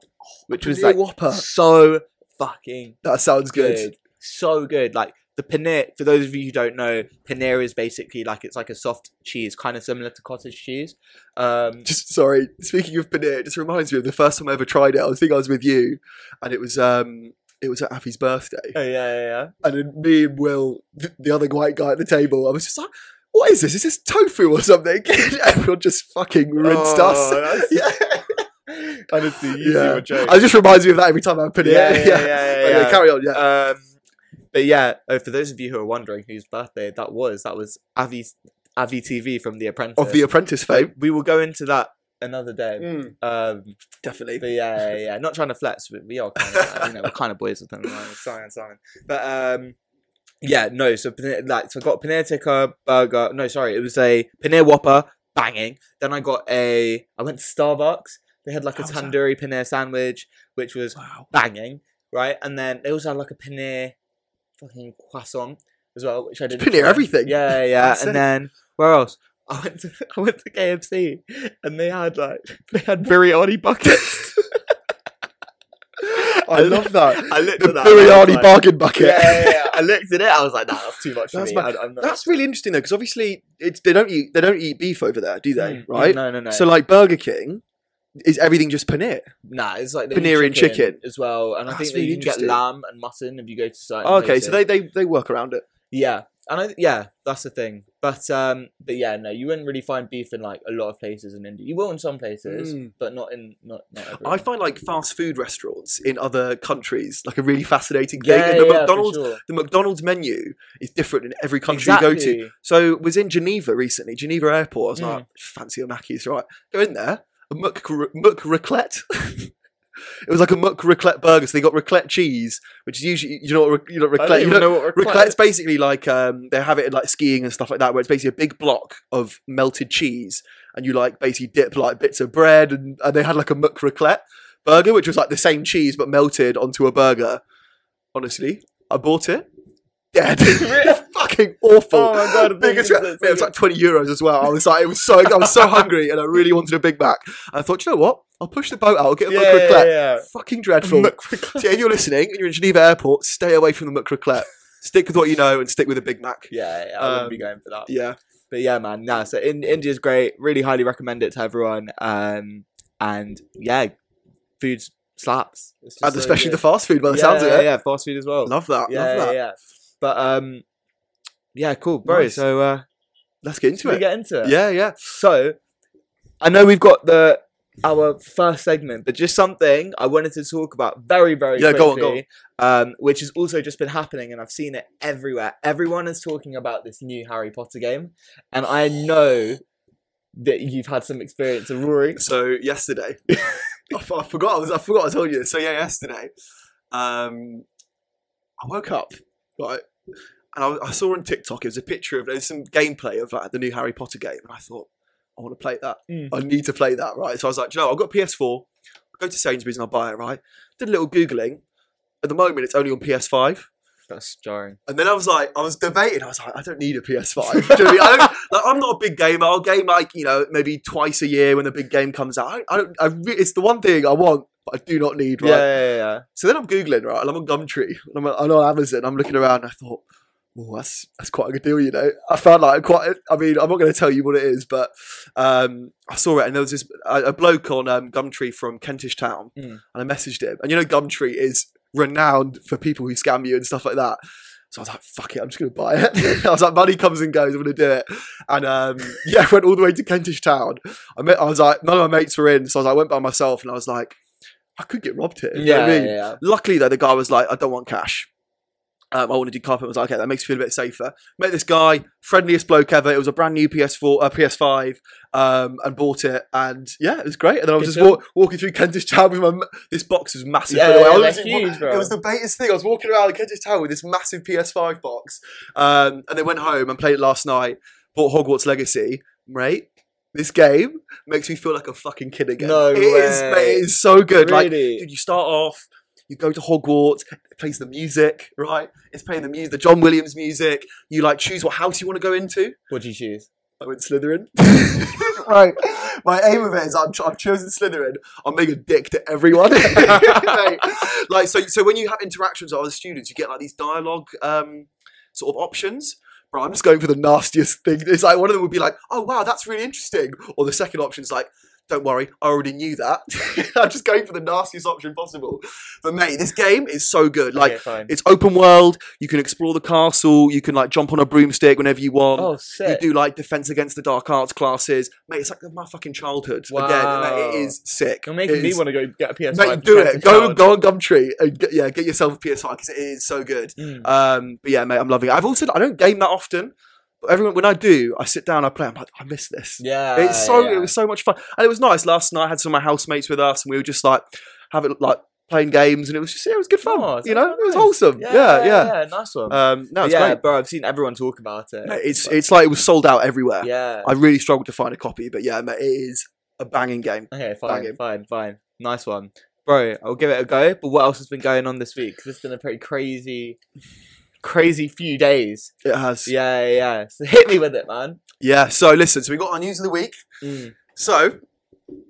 [SPEAKER 1] which was
[SPEAKER 2] Paneer
[SPEAKER 1] like
[SPEAKER 2] Whopper.
[SPEAKER 1] so fucking
[SPEAKER 2] That sounds
[SPEAKER 1] good.
[SPEAKER 2] good.
[SPEAKER 1] so good. Like the paneer. For those of you who don't know, paneer is basically like it's like a soft cheese, kind of similar to cottage cheese. Um,
[SPEAKER 2] just sorry. Speaking of paneer, it just reminds me of the first time I ever tried it. I think I was with you, and it was um, it was at Affy's birthday,
[SPEAKER 1] oh, yeah, yeah, yeah.
[SPEAKER 2] and then me and Will, th- the other white guy at the table, I was just like, "What is this? Is this tofu or something?" Everyone just fucking rinsed us.
[SPEAKER 1] Oh, that's-
[SPEAKER 2] Yeah,
[SPEAKER 1] Honestly, you
[SPEAKER 2] yeah.
[SPEAKER 1] were joking.
[SPEAKER 2] I just reminds me of that every time I have paneer.
[SPEAKER 1] yeah, yeah, yeah, yeah,
[SPEAKER 2] Okay,
[SPEAKER 1] yeah.
[SPEAKER 2] carry on. Yeah,
[SPEAKER 1] Um, but yeah, uh, for those of you who are wondering whose birthday that was, that was Avi Avi TV from The Apprentice.
[SPEAKER 2] of the Mm. Apprentice fame.
[SPEAKER 1] we will go into that another day. Um,
[SPEAKER 2] definitely.
[SPEAKER 1] but yeah, yeah, yeah, not trying to flex, but we are kind of, like, you know, we're kind of boys with them. Like, sign, sign. But um, yeah, no. So paneer- like, so I got paneer tikka burger. No, sorry, it was a paneer whopper, banging. Then I got a. I went to Starbucks. They had like a
[SPEAKER 2] How's that?
[SPEAKER 1] tandoori paneer sandwich, which was
[SPEAKER 2] Wow.
[SPEAKER 1] banging, right? And then they also had like a paneer fucking croissant as well, which I did.
[SPEAKER 2] paneer everything.
[SPEAKER 1] Yeah, yeah, yeah.
[SPEAKER 2] That's it.
[SPEAKER 1] and then where else? I went to I went to KFC and they had like they had biryani buckets.
[SPEAKER 2] I love that.
[SPEAKER 1] I looked
[SPEAKER 2] The
[SPEAKER 1] at that. and I was
[SPEAKER 2] biryani
[SPEAKER 1] like-
[SPEAKER 2] bargain bucket.
[SPEAKER 1] Yeah, yeah, yeah. I looked at it. I was like, nah, that's too much for
[SPEAKER 2] That's
[SPEAKER 1] me.
[SPEAKER 2] mad.
[SPEAKER 1] I, am not.
[SPEAKER 2] That's really interesting though, because obviously it's, they don't eat they don't eat beef over there, do they?
[SPEAKER 1] Mm,
[SPEAKER 2] Right.
[SPEAKER 1] No, no, no.
[SPEAKER 2] So like Burger King, is everything just paneer?
[SPEAKER 1] nah, it's like they
[SPEAKER 2] paneer
[SPEAKER 1] eat
[SPEAKER 2] and chicken.
[SPEAKER 1] as well, and I
[SPEAKER 2] That's
[SPEAKER 1] think
[SPEAKER 2] really
[SPEAKER 1] that you can get
[SPEAKER 2] interesting.
[SPEAKER 1] lamb and mutton if you go to certain.
[SPEAKER 2] Oh, okay,
[SPEAKER 1] places.
[SPEAKER 2] so they, they they work around it.
[SPEAKER 1] Yeah, and I yeah, that's the thing. But um, but yeah, no, you wouldn't really find beef in like a lot of places in India. You will in some places,
[SPEAKER 2] Mm.
[SPEAKER 1] but not in not not. Everywhere.
[SPEAKER 2] I find like fast food restaurants in other countries like a really fascinating thing.
[SPEAKER 1] yeah,
[SPEAKER 2] and the
[SPEAKER 1] yeah, for
[SPEAKER 2] McDonald's
[SPEAKER 1] sure.
[SPEAKER 2] the McDonald's menu is different in every country you go to.
[SPEAKER 1] Exactly.
[SPEAKER 2] So was in Geneva recently, Geneva Airport. I was
[SPEAKER 1] Mm.
[SPEAKER 2] like, fancy a Mackey's, right? Go in there, a muck muck raclette. it was like a muck raclette burger. So they got raclette cheese, which is usually you know what ra- you know
[SPEAKER 1] I
[SPEAKER 2] raclette.
[SPEAKER 1] don't
[SPEAKER 2] You
[SPEAKER 1] even
[SPEAKER 2] know,
[SPEAKER 1] know what
[SPEAKER 2] Raclette's basically like um, they have it in like skiing and stuff like that, where it's basically a big block of melted cheese, and you like basically dip like bits of bread, and, and they had like a muck raclette burger, which was like the same cheese but melted onto a burger. Honestly, I bought it. Dead.
[SPEAKER 1] Really?
[SPEAKER 2] Fucking awful.
[SPEAKER 1] Oh my God,
[SPEAKER 2] Biggest
[SPEAKER 1] Big
[SPEAKER 2] ra-
[SPEAKER 1] Mac's
[SPEAKER 2] it was like twenty euros as well. I was like, it was so I was so hungry, and I really wanted a Big Mac. I thought, you know what? I'll push the boat out. I'll get a
[SPEAKER 1] yeah,
[SPEAKER 2] muck
[SPEAKER 1] yeah, yeah,
[SPEAKER 2] raclette.
[SPEAKER 1] yeah.
[SPEAKER 2] Fucking dreadful.
[SPEAKER 1] McRaclette.
[SPEAKER 2] So if you're listening and you're in Geneva Airport, stay away from the McRaclette. stick with what you know and stick with a Big Mac.
[SPEAKER 1] Yeah, yeah, I wouldn't be
[SPEAKER 2] Um,
[SPEAKER 1] going for that.
[SPEAKER 2] Yeah.
[SPEAKER 1] but yeah, man, nah. So in, India's great. Really highly recommend it to everyone. Um, and yeah, food slaps. It's just
[SPEAKER 2] and
[SPEAKER 1] so
[SPEAKER 2] especially the
[SPEAKER 1] good.
[SPEAKER 2] fast food by the
[SPEAKER 1] yeah,
[SPEAKER 2] sounds of
[SPEAKER 1] yeah,
[SPEAKER 2] it. eh?
[SPEAKER 1] yeah, fast food as well.
[SPEAKER 2] Love that.
[SPEAKER 1] yeah,
[SPEAKER 2] love that.
[SPEAKER 1] yeah, yeah. But um, yeah, cool, bro.
[SPEAKER 2] Nice.
[SPEAKER 1] So uh,
[SPEAKER 2] Let's get
[SPEAKER 1] should
[SPEAKER 2] into
[SPEAKER 1] we
[SPEAKER 2] it.
[SPEAKER 1] get into it?
[SPEAKER 2] Yeah, yeah.
[SPEAKER 1] So, I know we've got the our first segment, but just something I wanted to talk about very, very
[SPEAKER 2] Yeah, go on,
[SPEAKER 1] quickly,
[SPEAKER 2] go
[SPEAKER 1] Um, which has also just been happening, and I've seen it everywhere. Everyone is talking about this new Harry Potter game, and I know that you've had some experience of Rory.
[SPEAKER 2] So yesterday, I, f- I forgot. I, was, I forgot. I told you. this. So yeah, yesterday, um, I woke up right, and I, I saw on TikTok it was a picture of there's some gameplay of like, the new Harry Potter game, and I thought I want to play that.
[SPEAKER 1] Mm.
[SPEAKER 2] I need to play that, right? So I was like, "Do you know, what? I've got PS4. I'll go to Sainsbury's and I'll buy it, right? Did a little googling. At the moment, it's only on PS5.
[SPEAKER 1] That's jarring.
[SPEAKER 2] And then I was like, I was debating. I was like, I don't need a PS5. Do you know what I mean? I don't, like, I'm not a big gamer. I'll game like you know maybe twice a year when the big game comes out. I, don't- I don't. I re- it's the one thing I want, but I do not need. Right.
[SPEAKER 1] Yeah, yeah, yeah.
[SPEAKER 2] So then I'm googling right, and I'm on Gumtree, and I'm, I'm on Amazon. I'm looking around. and I thought, oh, that's that's quite a good deal, you know. I found like quite. I mean, I'm not going to tell you what it is, but um, I saw it, and there was this a, a bloke on um, Gumtree from Kentish Town,
[SPEAKER 1] Mm.
[SPEAKER 2] and I messaged him, and you know, Gumtree is renowned for people who scam you and stuff like that. So I was like, fuck it, I'm just going to buy it. I was like, money comes and goes, I'm going to do it. And um, yeah, I went all the way to Kentish Town. I met, I was like, none of my mates were in. So I, was, like, I went by myself and I was like, I could get robbed here.
[SPEAKER 1] Yeah,
[SPEAKER 2] you know what I
[SPEAKER 1] yeah,
[SPEAKER 2] mean?
[SPEAKER 1] yeah.
[SPEAKER 2] Luckily, though, the guy was like, I don't want cash. Um, I want to do carpet. I was like, okay, that makes me feel a bit safer. Met this guy, friendliest bloke ever. It was a brand new PS4, uh, PS5, um, and bought it. And yeah, it was great. And then I was
[SPEAKER 1] Good
[SPEAKER 2] just wa- walking through Kentish Town with my. m- This box was massive.
[SPEAKER 1] Yeah,
[SPEAKER 2] by the way.
[SPEAKER 1] yeah,
[SPEAKER 2] I
[SPEAKER 1] they're
[SPEAKER 2] literally wa-
[SPEAKER 1] huge, bro.
[SPEAKER 2] It was the biggest thing. I was walking around Kentish Town with this massive PS5 box. Um, and then went home and played it last night. Bought Hogwarts Legacy. Right? This game makes me feel like a fucking kid again.
[SPEAKER 1] No
[SPEAKER 2] It is,
[SPEAKER 1] way.
[SPEAKER 2] mate, it is so good. Like,
[SPEAKER 1] Really?
[SPEAKER 2] dude, you start off, you go to Hogwarts, it plays the music, right? It's playing the music, the John Williams music. You like choose what house you want to go into.
[SPEAKER 1] what do you choose?
[SPEAKER 2] I went Slytherin. right. My aim of it is I'm, I've chosen Slytherin. I'm being a dick to everyone. Mate, like so, so when you have interactions with other students, you get like these dialogue um, sort of options. Bro, I'm just going for the nastiest thing. It's like one of them would be like, "Oh wow, that's really interesting," or the second option is like, "Don't worry, I already knew that." I'm just going for the nastiest option possible. But mate, this game is so good. Like,
[SPEAKER 1] Okay, fine.
[SPEAKER 2] it's open world. You can explore the castle. You can like jump on a broomstick whenever you want.
[SPEAKER 1] oh,
[SPEAKER 2] You
[SPEAKER 1] sick.
[SPEAKER 2] do like defense against the dark arts classes, mate. It's like my fucking childhood again.
[SPEAKER 1] Wow.
[SPEAKER 2] Mate, it is sick.
[SPEAKER 1] You're making
[SPEAKER 2] It
[SPEAKER 1] me
[SPEAKER 2] is-
[SPEAKER 1] want to go get a PS5.
[SPEAKER 2] Mate,
[SPEAKER 1] for
[SPEAKER 2] do
[SPEAKER 1] Kentish
[SPEAKER 2] it. Go,
[SPEAKER 1] Town.
[SPEAKER 2] go on Gumtree and get, yeah, get yourself a PS5 because it is so good.
[SPEAKER 1] Mm.
[SPEAKER 2] Um, but yeah, mate, I'm loving it. I've also I don't game that often, but everyone when I do, I sit down, I play. I'm like, I miss this.
[SPEAKER 1] Yeah.
[SPEAKER 2] It's so
[SPEAKER 1] yeah.
[SPEAKER 2] it was so much fun, and it was nice. Last night I had some of my housemates with us, and we were just like having like playing games, and it was just yeah, it was good fun.
[SPEAKER 1] Oh,
[SPEAKER 2] you know,
[SPEAKER 1] sounds
[SPEAKER 2] it was
[SPEAKER 1] nice.
[SPEAKER 2] wholesome. Yeah, yeah.
[SPEAKER 1] nice one.
[SPEAKER 2] Um, no, it's
[SPEAKER 1] yeah,
[SPEAKER 2] great.
[SPEAKER 1] bro, I've seen everyone talk about it.
[SPEAKER 2] Mate, It's it's like it uh, was sold out everywhere.
[SPEAKER 1] yeah.
[SPEAKER 2] I really struggled to find a copy, but yeah, mate, it is a banging game.
[SPEAKER 1] Okay, fine,
[SPEAKER 2] Banging.
[SPEAKER 1] fine, fine. Nice one, bro. I'll give it a go. But what else has been going on this week? 'Cause it's been a pretty crazy, crazy few days.
[SPEAKER 2] It has. Yeah.
[SPEAKER 1] Yeah, yeah. So hit me with it, man.
[SPEAKER 2] So listen, so we got our news of the week.
[SPEAKER 1] Mm,
[SPEAKER 2] So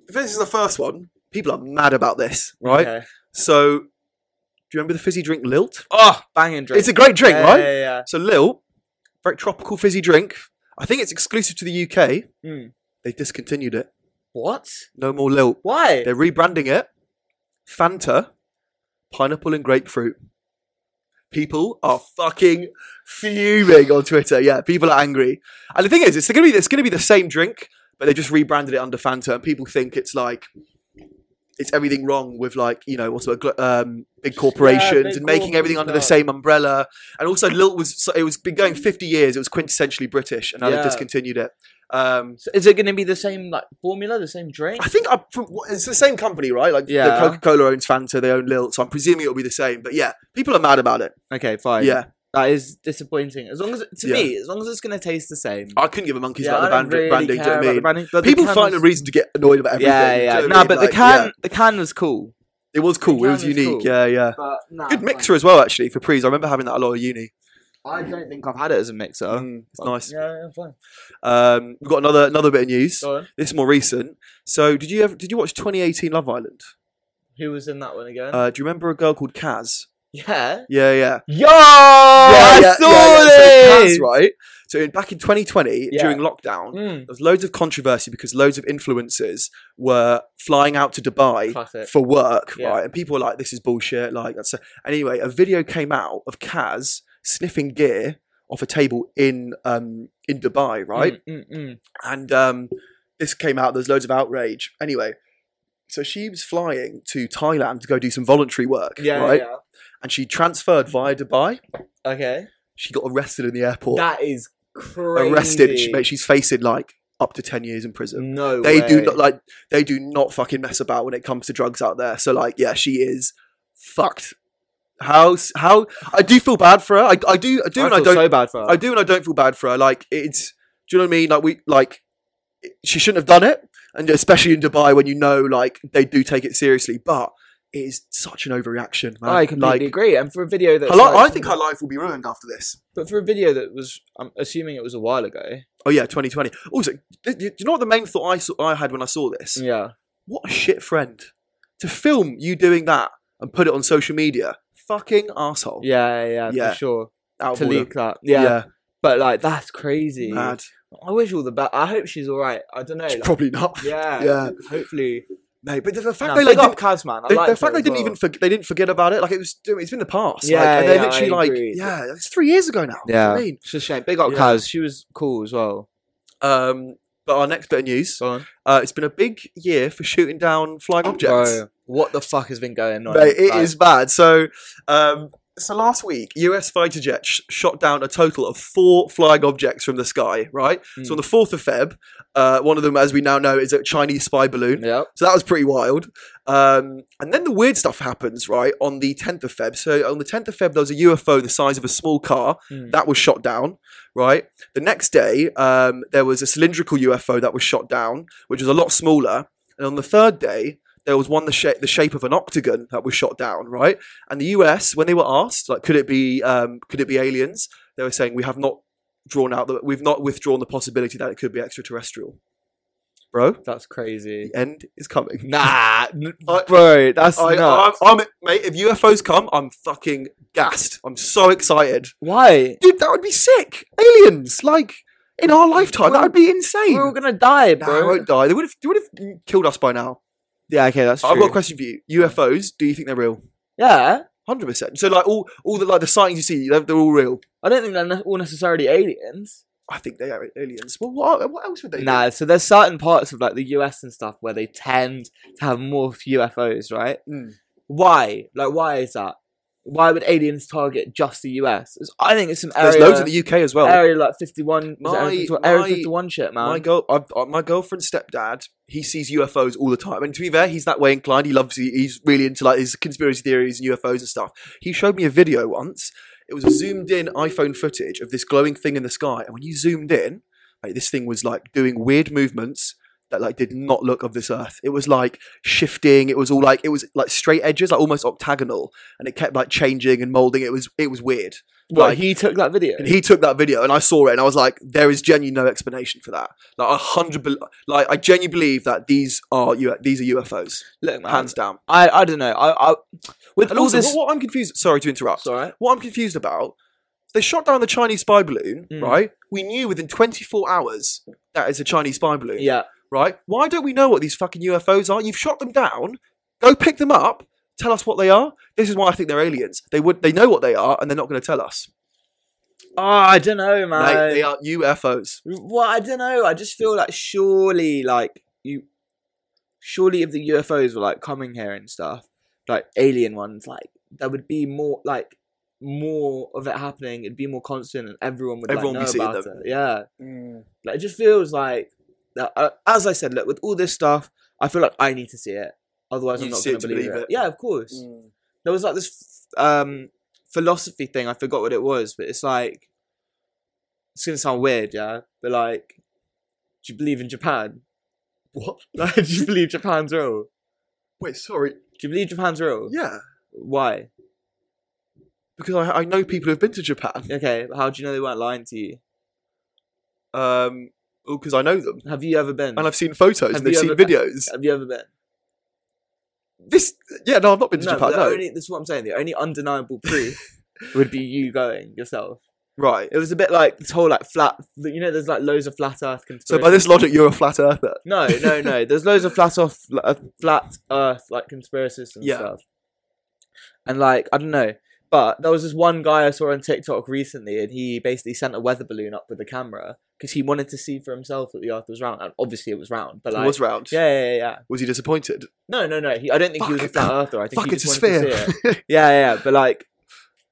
[SPEAKER 2] if this is the first one, people are mad about this, right?
[SPEAKER 1] Okay.
[SPEAKER 2] So do you remember the fizzy drink Lilt?
[SPEAKER 1] Oh, banging drink.
[SPEAKER 2] It's a great drink,
[SPEAKER 1] yeah,
[SPEAKER 2] right?
[SPEAKER 1] Yeah, yeah.
[SPEAKER 2] So Lilt, very tropical fizzy drink. I think it's exclusive to the UK.
[SPEAKER 1] yeah. Mm.
[SPEAKER 2] They discontinued it.
[SPEAKER 1] What?
[SPEAKER 2] No more Lilt.
[SPEAKER 1] Why?
[SPEAKER 2] They're rebranding it. Fanta, pineapple and grapefruit. People are fucking fuming on Twitter. Yeah, people are angry. And the thing is, it's gonna be it's gonna be the same drink, but they just rebranded it under Fanta, and people think it's like it's everything wrong with like you know what's it, gl- um, big corporations
[SPEAKER 1] big
[SPEAKER 2] and making everything under the
[SPEAKER 1] corporations.
[SPEAKER 2] same umbrella. And also, Lilt was so it was been going fifty years. It was quintessentially British, and now
[SPEAKER 1] Yeah.
[SPEAKER 2] they've discontinued it. Um,
[SPEAKER 1] So is it going to be the same like formula, the same drink?
[SPEAKER 2] I think I, from, what- it's the same company, right? Like,
[SPEAKER 1] Yeah.
[SPEAKER 2] Coca Cola owns Fanta, they own Lilt, so I'm presuming it'll be the same. But yeah, people are mad about it.
[SPEAKER 1] Okay, fine.
[SPEAKER 2] Yeah,
[SPEAKER 1] that is disappointing. As long as to
[SPEAKER 2] Yeah.
[SPEAKER 1] me, as long as it's going to taste the same.
[SPEAKER 2] I couldn't give a monkey's
[SPEAKER 1] I
[SPEAKER 2] about the
[SPEAKER 1] don't
[SPEAKER 2] brand- branding. Do you know
[SPEAKER 1] care
[SPEAKER 2] what
[SPEAKER 1] about
[SPEAKER 2] I
[SPEAKER 1] the
[SPEAKER 2] mean?
[SPEAKER 1] branding, but the
[SPEAKER 2] People
[SPEAKER 1] can
[SPEAKER 2] find
[SPEAKER 1] was-
[SPEAKER 2] a reason to get annoyed about everything.
[SPEAKER 1] Yeah,
[SPEAKER 2] do you
[SPEAKER 1] yeah.
[SPEAKER 2] know what I
[SPEAKER 1] Nah,
[SPEAKER 2] mean?
[SPEAKER 1] but
[SPEAKER 2] Like,
[SPEAKER 1] the can,
[SPEAKER 2] yeah,
[SPEAKER 1] the can was cool.
[SPEAKER 2] it was cool.
[SPEAKER 1] can
[SPEAKER 2] It was
[SPEAKER 1] was
[SPEAKER 2] unique.
[SPEAKER 1] cool.
[SPEAKER 2] Yeah, yeah.
[SPEAKER 1] But nah,
[SPEAKER 2] Good
[SPEAKER 1] fine.
[SPEAKER 2] mixer as well, actually, for prees. I remember having that a lot of uni.
[SPEAKER 1] I don't think I've had it as a mixer.
[SPEAKER 2] Mm, it's nice.
[SPEAKER 1] Yeah, yeah, fine.
[SPEAKER 2] Um, we've got another another bit of news.
[SPEAKER 1] Go on.
[SPEAKER 2] This is more recent. So, did you ever did you watch 2018 Love Island?
[SPEAKER 1] Who was in that one again?
[SPEAKER 2] Uh, do you remember a girl called Kaz?
[SPEAKER 1] Yeah.
[SPEAKER 2] Yeah, yeah.
[SPEAKER 1] Yo,
[SPEAKER 2] yeah,
[SPEAKER 1] I
[SPEAKER 2] yeah,
[SPEAKER 1] saw
[SPEAKER 2] yeah, yeah. So
[SPEAKER 1] this.
[SPEAKER 2] Kaz, right? So in, back in 2020,
[SPEAKER 1] Yeah.
[SPEAKER 2] during lockdown, there
[SPEAKER 1] Mm.
[SPEAKER 2] was loads of controversy because loads of influencers were flying out to Dubai
[SPEAKER 1] Classic.
[SPEAKER 2] for work,
[SPEAKER 1] Yeah.
[SPEAKER 2] right? And people were like, "This is bullshit." Like, that's a... and anyway, a video came out of Kaz sniffing gear off a table in um in Dubai, right?
[SPEAKER 1] Mm, mm, mm.
[SPEAKER 2] And um, this came out. There's loads of outrage. Anyway, so she was flying to Thailand to go do some voluntary work,
[SPEAKER 1] Yeah,
[SPEAKER 2] right?
[SPEAKER 1] yeah.
[SPEAKER 2] And she transferred via Dubai.
[SPEAKER 1] Okay.
[SPEAKER 2] She got arrested in the airport.
[SPEAKER 1] That is crazy.
[SPEAKER 2] arrested. She, mate, she's facing like up to ten years in prison.
[SPEAKER 1] no
[SPEAKER 2] they
[SPEAKER 1] way.
[SPEAKER 2] do not like. They do not fucking mess about when it comes to drugs out there. So like, yeah, she is fucked. How s- how I do feel bad for her. I, I do I do and I
[SPEAKER 1] feel
[SPEAKER 2] don't
[SPEAKER 1] so bad for her.
[SPEAKER 2] I do and I don't feel bad for her. Like it's, do you know what I mean? Like we, like she shouldn't have done it, and especially in Dubai when you know like they do take it seriously. But it is such an overreaction, man.
[SPEAKER 1] I completely
[SPEAKER 2] like,
[SPEAKER 1] agree. And for a video that
[SPEAKER 2] her li- I think her life will be ruined after this.
[SPEAKER 1] but for a video that was, I'm assuming it was a while ago.
[SPEAKER 2] Oh yeah, 2020. Also, th- do you know what the main thought I saw, I had when I saw this?
[SPEAKER 1] Yeah.
[SPEAKER 2] What a shit friend to film you doing that and put it on social media. Fucking asshole.
[SPEAKER 1] Yeah, yeah,
[SPEAKER 2] Yeah.
[SPEAKER 1] for sure.
[SPEAKER 2] Out of
[SPEAKER 1] To
[SPEAKER 2] order.
[SPEAKER 1] leak that. Yeah. But like, that's crazy.
[SPEAKER 2] mad.
[SPEAKER 1] I wish all the best. I hope she's all right. I don't know. Like,
[SPEAKER 2] Probably not.
[SPEAKER 1] yeah.
[SPEAKER 2] Yeah.
[SPEAKER 1] Hopefully.
[SPEAKER 2] Mate, but the fact
[SPEAKER 1] Nah,
[SPEAKER 2] they like
[SPEAKER 1] big
[SPEAKER 2] didn't
[SPEAKER 1] up Kaz, man. I
[SPEAKER 2] They,
[SPEAKER 1] liked
[SPEAKER 2] the fact
[SPEAKER 1] her
[SPEAKER 2] they
[SPEAKER 1] as
[SPEAKER 2] didn't
[SPEAKER 1] well.
[SPEAKER 2] even forg they didn't forget about it. Like it was, it's been the past. Like,
[SPEAKER 1] Yeah,
[SPEAKER 2] and they're
[SPEAKER 1] yeah, I
[SPEAKER 2] literally like,
[SPEAKER 1] agree.
[SPEAKER 2] yeah, it's three years ago now. Yeah,
[SPEAKER 1] Yeah.
[SPEAKER 2] I mean,
[SPEAKER 1] It's a shame. Big up
[SPEAKER 2] Yeah.
[SPEAKER 1] Kaz. She was cool as well.
[SPEAKER 2] um, but our next bit of news,
[SPEAKER 1] Go on.
[SPEAKER 2] uh, it's been a big year for shooting down flying objects.
[SPEAKER 1] Bro, what the fuck has been going on?
[SPEAKER 2] Mate, it is
[SPEAKER 1] Like,
[SPEAKER 2] bad. So, um, so last week, U.S. fighter jets sh- shot down a total of four flying objects from the sky. Right. So
[SPEAKER 1] Mm.
[SPEAKER 2] on the fourth of Feb, uh, one of them, as we now know, is a Chinese spy balloon.
[SPEAKER 1] Yep.
[SPEAKER 2] So that was pretty wild. Um, and then the weird stuff happens, right, on the 10th of Feb. So on the 10th of Feb, there was a UFO the size of a small car
[SPEAKER 1] Mm.
[SPEAKER 2] that was shot down, right? The next day, um, there was a cylindrical UFO that was shot down, which was a lot smaller. And on the third day, there was one the, sha- the shape of an octagon that was shot down, right? And the US, when they were asked, like, could it be, um, could it be aliens? They were saying we have not drawn out the, we've not withdrawn the possibility that it could be extraterrestrial. Bro,
[SPEAKER 1] That's crazy.
[SPEAKER 2] the end is coming.
[SPEAKER 1] Nah, n-
[SPEAKER 2] I-
[SPEAKER 1] bro, that's
[SPEAKER 2] I,
[SPEAKER 1] not.
[SPEAKER 2] I'm, I'm, mate, if UFOs come, I'm fucking gassed. I'm so excited.
[SPEAKER 1] Why?
[SPEAKER 2] Dude, that would be sick. Aliens, like, in our lifetime, that
[SPEAKER 1] Well,
[SPEAKER 2] would be insane.
[SPEAKER 1] We're all gonna die,
[SPEAKER 2] Nah,
[SPEAKER 1] bro.
[SPEAKER 2] I won't die. They would have, they would have killed us by now.
[SPEAKER 1] yeah, okay, that's true.
[SPEAKER 2] I've got a question for you. UFOs, do you think they're real?
[SPEAKER 1] yeah,
[SPEAKER 2] 100%. So, like, all, all the, like, the sightings you see, they're, they're all real.
[SPEAKER 1] I don't think they're ne- all necessarily aliens.
[SPEAKER 2] I think they are aliens. Well, what, what else would they
[SPEAKER 1] Nah, so there's certain parts of like the US and stuff where they tend to have more UFOs, right?
[SPEAKER 2] do? Mm.
[SPEAKER 1] Why? Like, why is that? Why would aliens target just the US? It's- I think it's some area.
[SPEAKER 2] There's loads in the UK as well.
[SPEAKER 1] Area like 51, was it
[SPEAKER 2] My-
[SPEAKER 1] area 51, Area
[SPEAKER 2] my-
[SPEAKER 1] 51 shit, man.
[SPEAKER 2] My girl, I've, uh, my girlfriend's stepdad, he sees UFOs all the time, and to be fair, he's that way inclined. He loves, he- he's really into like his conspiracy theories and UFOs and stuff. He showed me a video once. It was a zoomed in iPhone footage of this glowing thing in the sky, and when you zoomed in, like, this thing was like doing weird movements that like did not look of this earth. It was like shifting. It was all like it was like straight edges, like almost octagonal, and it kept like changing and molding. It was it was weird.
[SPEAKER 1] What,
[SPEAKER 2] like-
[SPEAKER 1] he took that video.
[SPEAKER 2] And he took that video, and I saw it, and I was like, "There is genuinely no explanation for that." Like a hundred, bel- like I genuinely believe that these are U- these are UFOs,
[SPEAKER 1] Look, man.
[SPEAKER 2] hands down.
[SPEAKER 1] I, I don't know. I, I with
[SPEAKER 2] And
[SPEAKER 1] all
[SPEAKER 2] also,
[SPEAKER 1] this.
[SPEAKER 2] what, what I'm confused. Sorry to interrupt.
[SPEAKER 1] It's all right.
[SPEAKER 2] What I'm confused about, they shot down the Chinese spy balloon,
[SPEAKER 1] Mm.
[SPEAKER 2] right? We knew within 24 hours that is a Chinese spy balloon,
[SPEAKER 1] Yeah.
[SPEAKER 2] right? Why don't we know what these fucking UFOs are? You've shot them down. Go pick them up. Tell us what they are. This is why I think they're aliens. They would. They know what they are, and they're not going to tell us.
[SPEAKER 1] Oh, I don't know, man.
[SPEAKER 2] Mate, they are UFOs.
[SPEAKER 1] Well, I don't know. I just feel like surely, like you, surely if the UFOs were like coming here and stuff, like alien ones, like there would be more, like more of it happening. It'd be more constant, and everyone would
[SPEAKER 2] Everyone
[SPEAKER 1] like,
[SPEAKER 2] be
[SPEAKER 1] know
[SPEAKER 2] seeing
[SPEAKER 1] about
[SPEAKER 2] them.
[SPEAKER 1] it. Yeah,
[SPEAKER 2] Mm.
[SPEAKER 1] like it just feels like, that- uh, as I said, look with all this stuff, I feel like I need to see it. Otherwise,
[SPEAKER 2] You
[SPEAKER 1] I'm not
[SPEAKER 2] see
[SPEAKER 1] going
[SPEAKER 2] it
[SPEAKER 1] to
[SPEAKER 2] to
[SPEAKER 1] believe,
[SPEAKER 2] believe
[SPEAKER 1] it.
[SPEAKER 2] it.
[SPEAKER 1] Yeah, of course.
[SPEAKER 2] Mm.
[SPEAKER 1] There was like this um philosophy thing. I forgot what it was, but it's like it's gonna sound weird, yeah, but like, do you believe in Japan?
[SPEAKER 2] What?
[SPEAKER 1] Like, do you believe Japan's real?
[SPEAKER 2] Wait, sorry.
[SPEAKER 1] Do you believe Japan's real?
[SPEAKER 2] Yeah,
[SPEAKER 1] Why?
[SPEAKER 2] because I, I know people who've been to Japan.
[SPEAKER 1] Okay, but how do you know they weren't lying to you?
[SPEAKER 2] Um, because I know them,
[SPEAKER 1] Have you ever been?
[SPEAKER 2] and I've seen photos
[SPEAKER 1] Have
[SPEAKER 2] and they've
[SPEAKER 1] you
[SPEAKER 2] seen
[SPEAKER 1] ever-
[SPEAKER 2] videos.
[SPEAKER 1] Have you ever been?
[SPEAKER 2] This, yeah, no, I've not been to
[SPEAKER 1] no,
[SPEAKER 2] Japan.
[SPEAKER 1] the
[SPEAKER 2] No,
[SPEAKER 1] only this is what I'm saying. The only undeniable proof would be you going yourself.
[SPEAKER 2] right.
[SPEAKER 1] It was a bit like this whole like flat. You know, there's like loads of flat Earth
[SPEAKER 2] So
[SPEAKER 1] conspiracy.
[SPEAKER 2] by this logic, you're a flat earther.
[SPEAKER 1] no, no, no. There's loads of flat off, uh, flat Earth like conspiracists and
[SPEAKER 2] Yeah.
[SPEAKER 1] stuff. And like I don't know, but there was this one guy I saw on TikTok recently, and he basically sent a weather balloon up with a camera because he wanted to see for himself that the Earth was round. And obviously, it was round. But
[SPEAKER 2] It
[SPEAKER 1] like,
[SPEAKER 2] was round.
[SPEAKER 1] yeah, yeah, yeah, yeah.
[SPEAKER 2] Was he disappointed?
[SPEAKER 1] No, no, no. He, I don't think he was a
[SPEAKER 2] Fuck.
[SPEAKER 1] flat earther. I think
[SPEAKER 2] Fuck,
[SPEAKER 1] he
[SPEAKER 2] it's
[SPEAKER 1] just
[SPEAKER 2] a
[SPEAKER 1] wanted to
[SPEAKER 2] sphere.
[SPEAKER 1] see it. yeah, yeah, yeah. But like,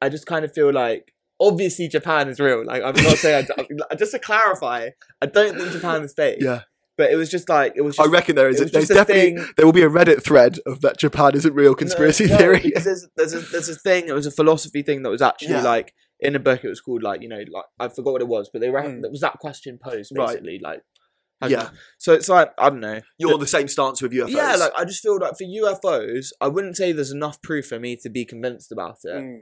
[SPEAKER 1] I just kind of feel like obviously Japan is real. Like, I'm not saying. I, I- just to clarify, I don't think Japan is fake.
[SPEAKER 2] Yeah.
[SPEAKER 1] But it was just like it was.
[SPEAKER 2] I
[SPEAKER 1] Just,
[SPEAKER 2] reckon there is.
[SPEAKER 1] it
[SPEAKER 2] A,
[SPEAKER 1] was
[SPEAKER 2] there's
[SPEAKER 1] just a
[SPEAKER 2] definitely
[SPEAKER 1] thing.
[SPEAKER 2] there will be a Reddit thread of that Japan isn't real conspiracy
[SPEAKER 1] No, no,
[SPEAKER 2] theory.
[SPEAKER 1] because there's, there's, a, there's a thing. It was a philosophy thing that was actually
[SPEAKER 2] Yeah.
[SPEAKER 1] like in a book. It was called like you know like I forgot what it was, but they were
[SPEAKER 2] Mm.
[SPEAKER 1] it was that question posed
[SPEAKER 2] Right.
[SPEAKER 1] basically like. how
[SPEAKER 2] Yeah.
[SPEAKER 1] can- So it's like I don't know.
[SPEAKER 2] You're the same stance with UFOs.
[SPEAKER 1] Yeah, like I just feel like for UFOs, I wouldn't say there's enough proof for me to be convinced about it.
[SPEAKER 2] Hmm. Mm.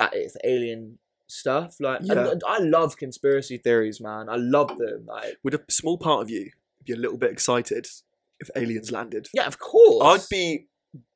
[SPEAKER 1] that it's alien stuff. Like, and-
[SPEAKER 2] Yeah.
[SPEAKER 1] and I love conspiracy theories, man. I love them. Like,
[SPEAKER 2] would a small part of you be a little bit excited if aliens landed?
[SPEAKER 1] yeah, of course.
[SPEAKER 2] I'd be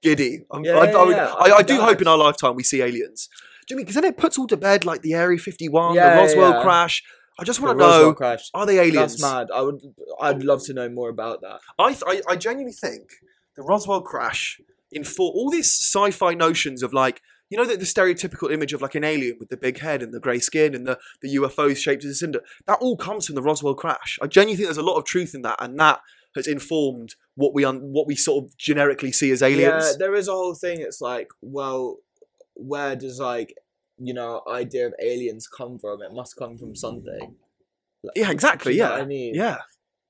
[SPEAKER 2] giddy. I'm,
[SPEAKER 1] Yeah,
[SPEAKER 2] I'd, I, would,
[SPEAKER 1] yeah, yeah.
[SPEAKER 2] I, I do
[SPEAKER 1] I'd-
[SPEAKER 2] hope in our lifetime we see aliens. Do you mean because then it puts all to bed like the Area 51,
[SPEAKER 1] Yeah,
[SPEAKER 2] the
[SPEAKER 1] yeah,
[SPEAKER 2] Roswell
[SPEAKER 1] yeah.
[SPEAKER 2] crash? I just
[SPEAKER 1] The
[SPEAKER 2] want to
[SPEAKER 1] Roswell
[SPEAKER 2] know:
[SPEAKER 1] Crash.
[SPEAKER 2] Are they aliens?
[SPEAKER 1] That's mad. I would. I'd love to know more about that.
[SPEAKER 2] I, th- I I genuinely think the Roswell crash infor all these sci-fi notions of like you know that the stereotypical image of like an alien with the big head and the grey skin and the the UFOs shaped as a cinder that all comes from the Roswell crash. I genuinely think there's a lot of truth in that, and that has informed what we un- what we sort of generically see as aliens.
[SPEAKER 1] Yeah, there is a whole thing. It's like, well, where does like you know idea of aliens come from? It must come from something.
[SPEAKER 2] Yeah,
[SPEAKER 1] Do
[SPEAKER 2] exactly.
[SPEAKER 1] you know
[SPEAKER 2] Yeah,
[SPEAKER 1] what I mean,
[SPEAKER 2] yeah.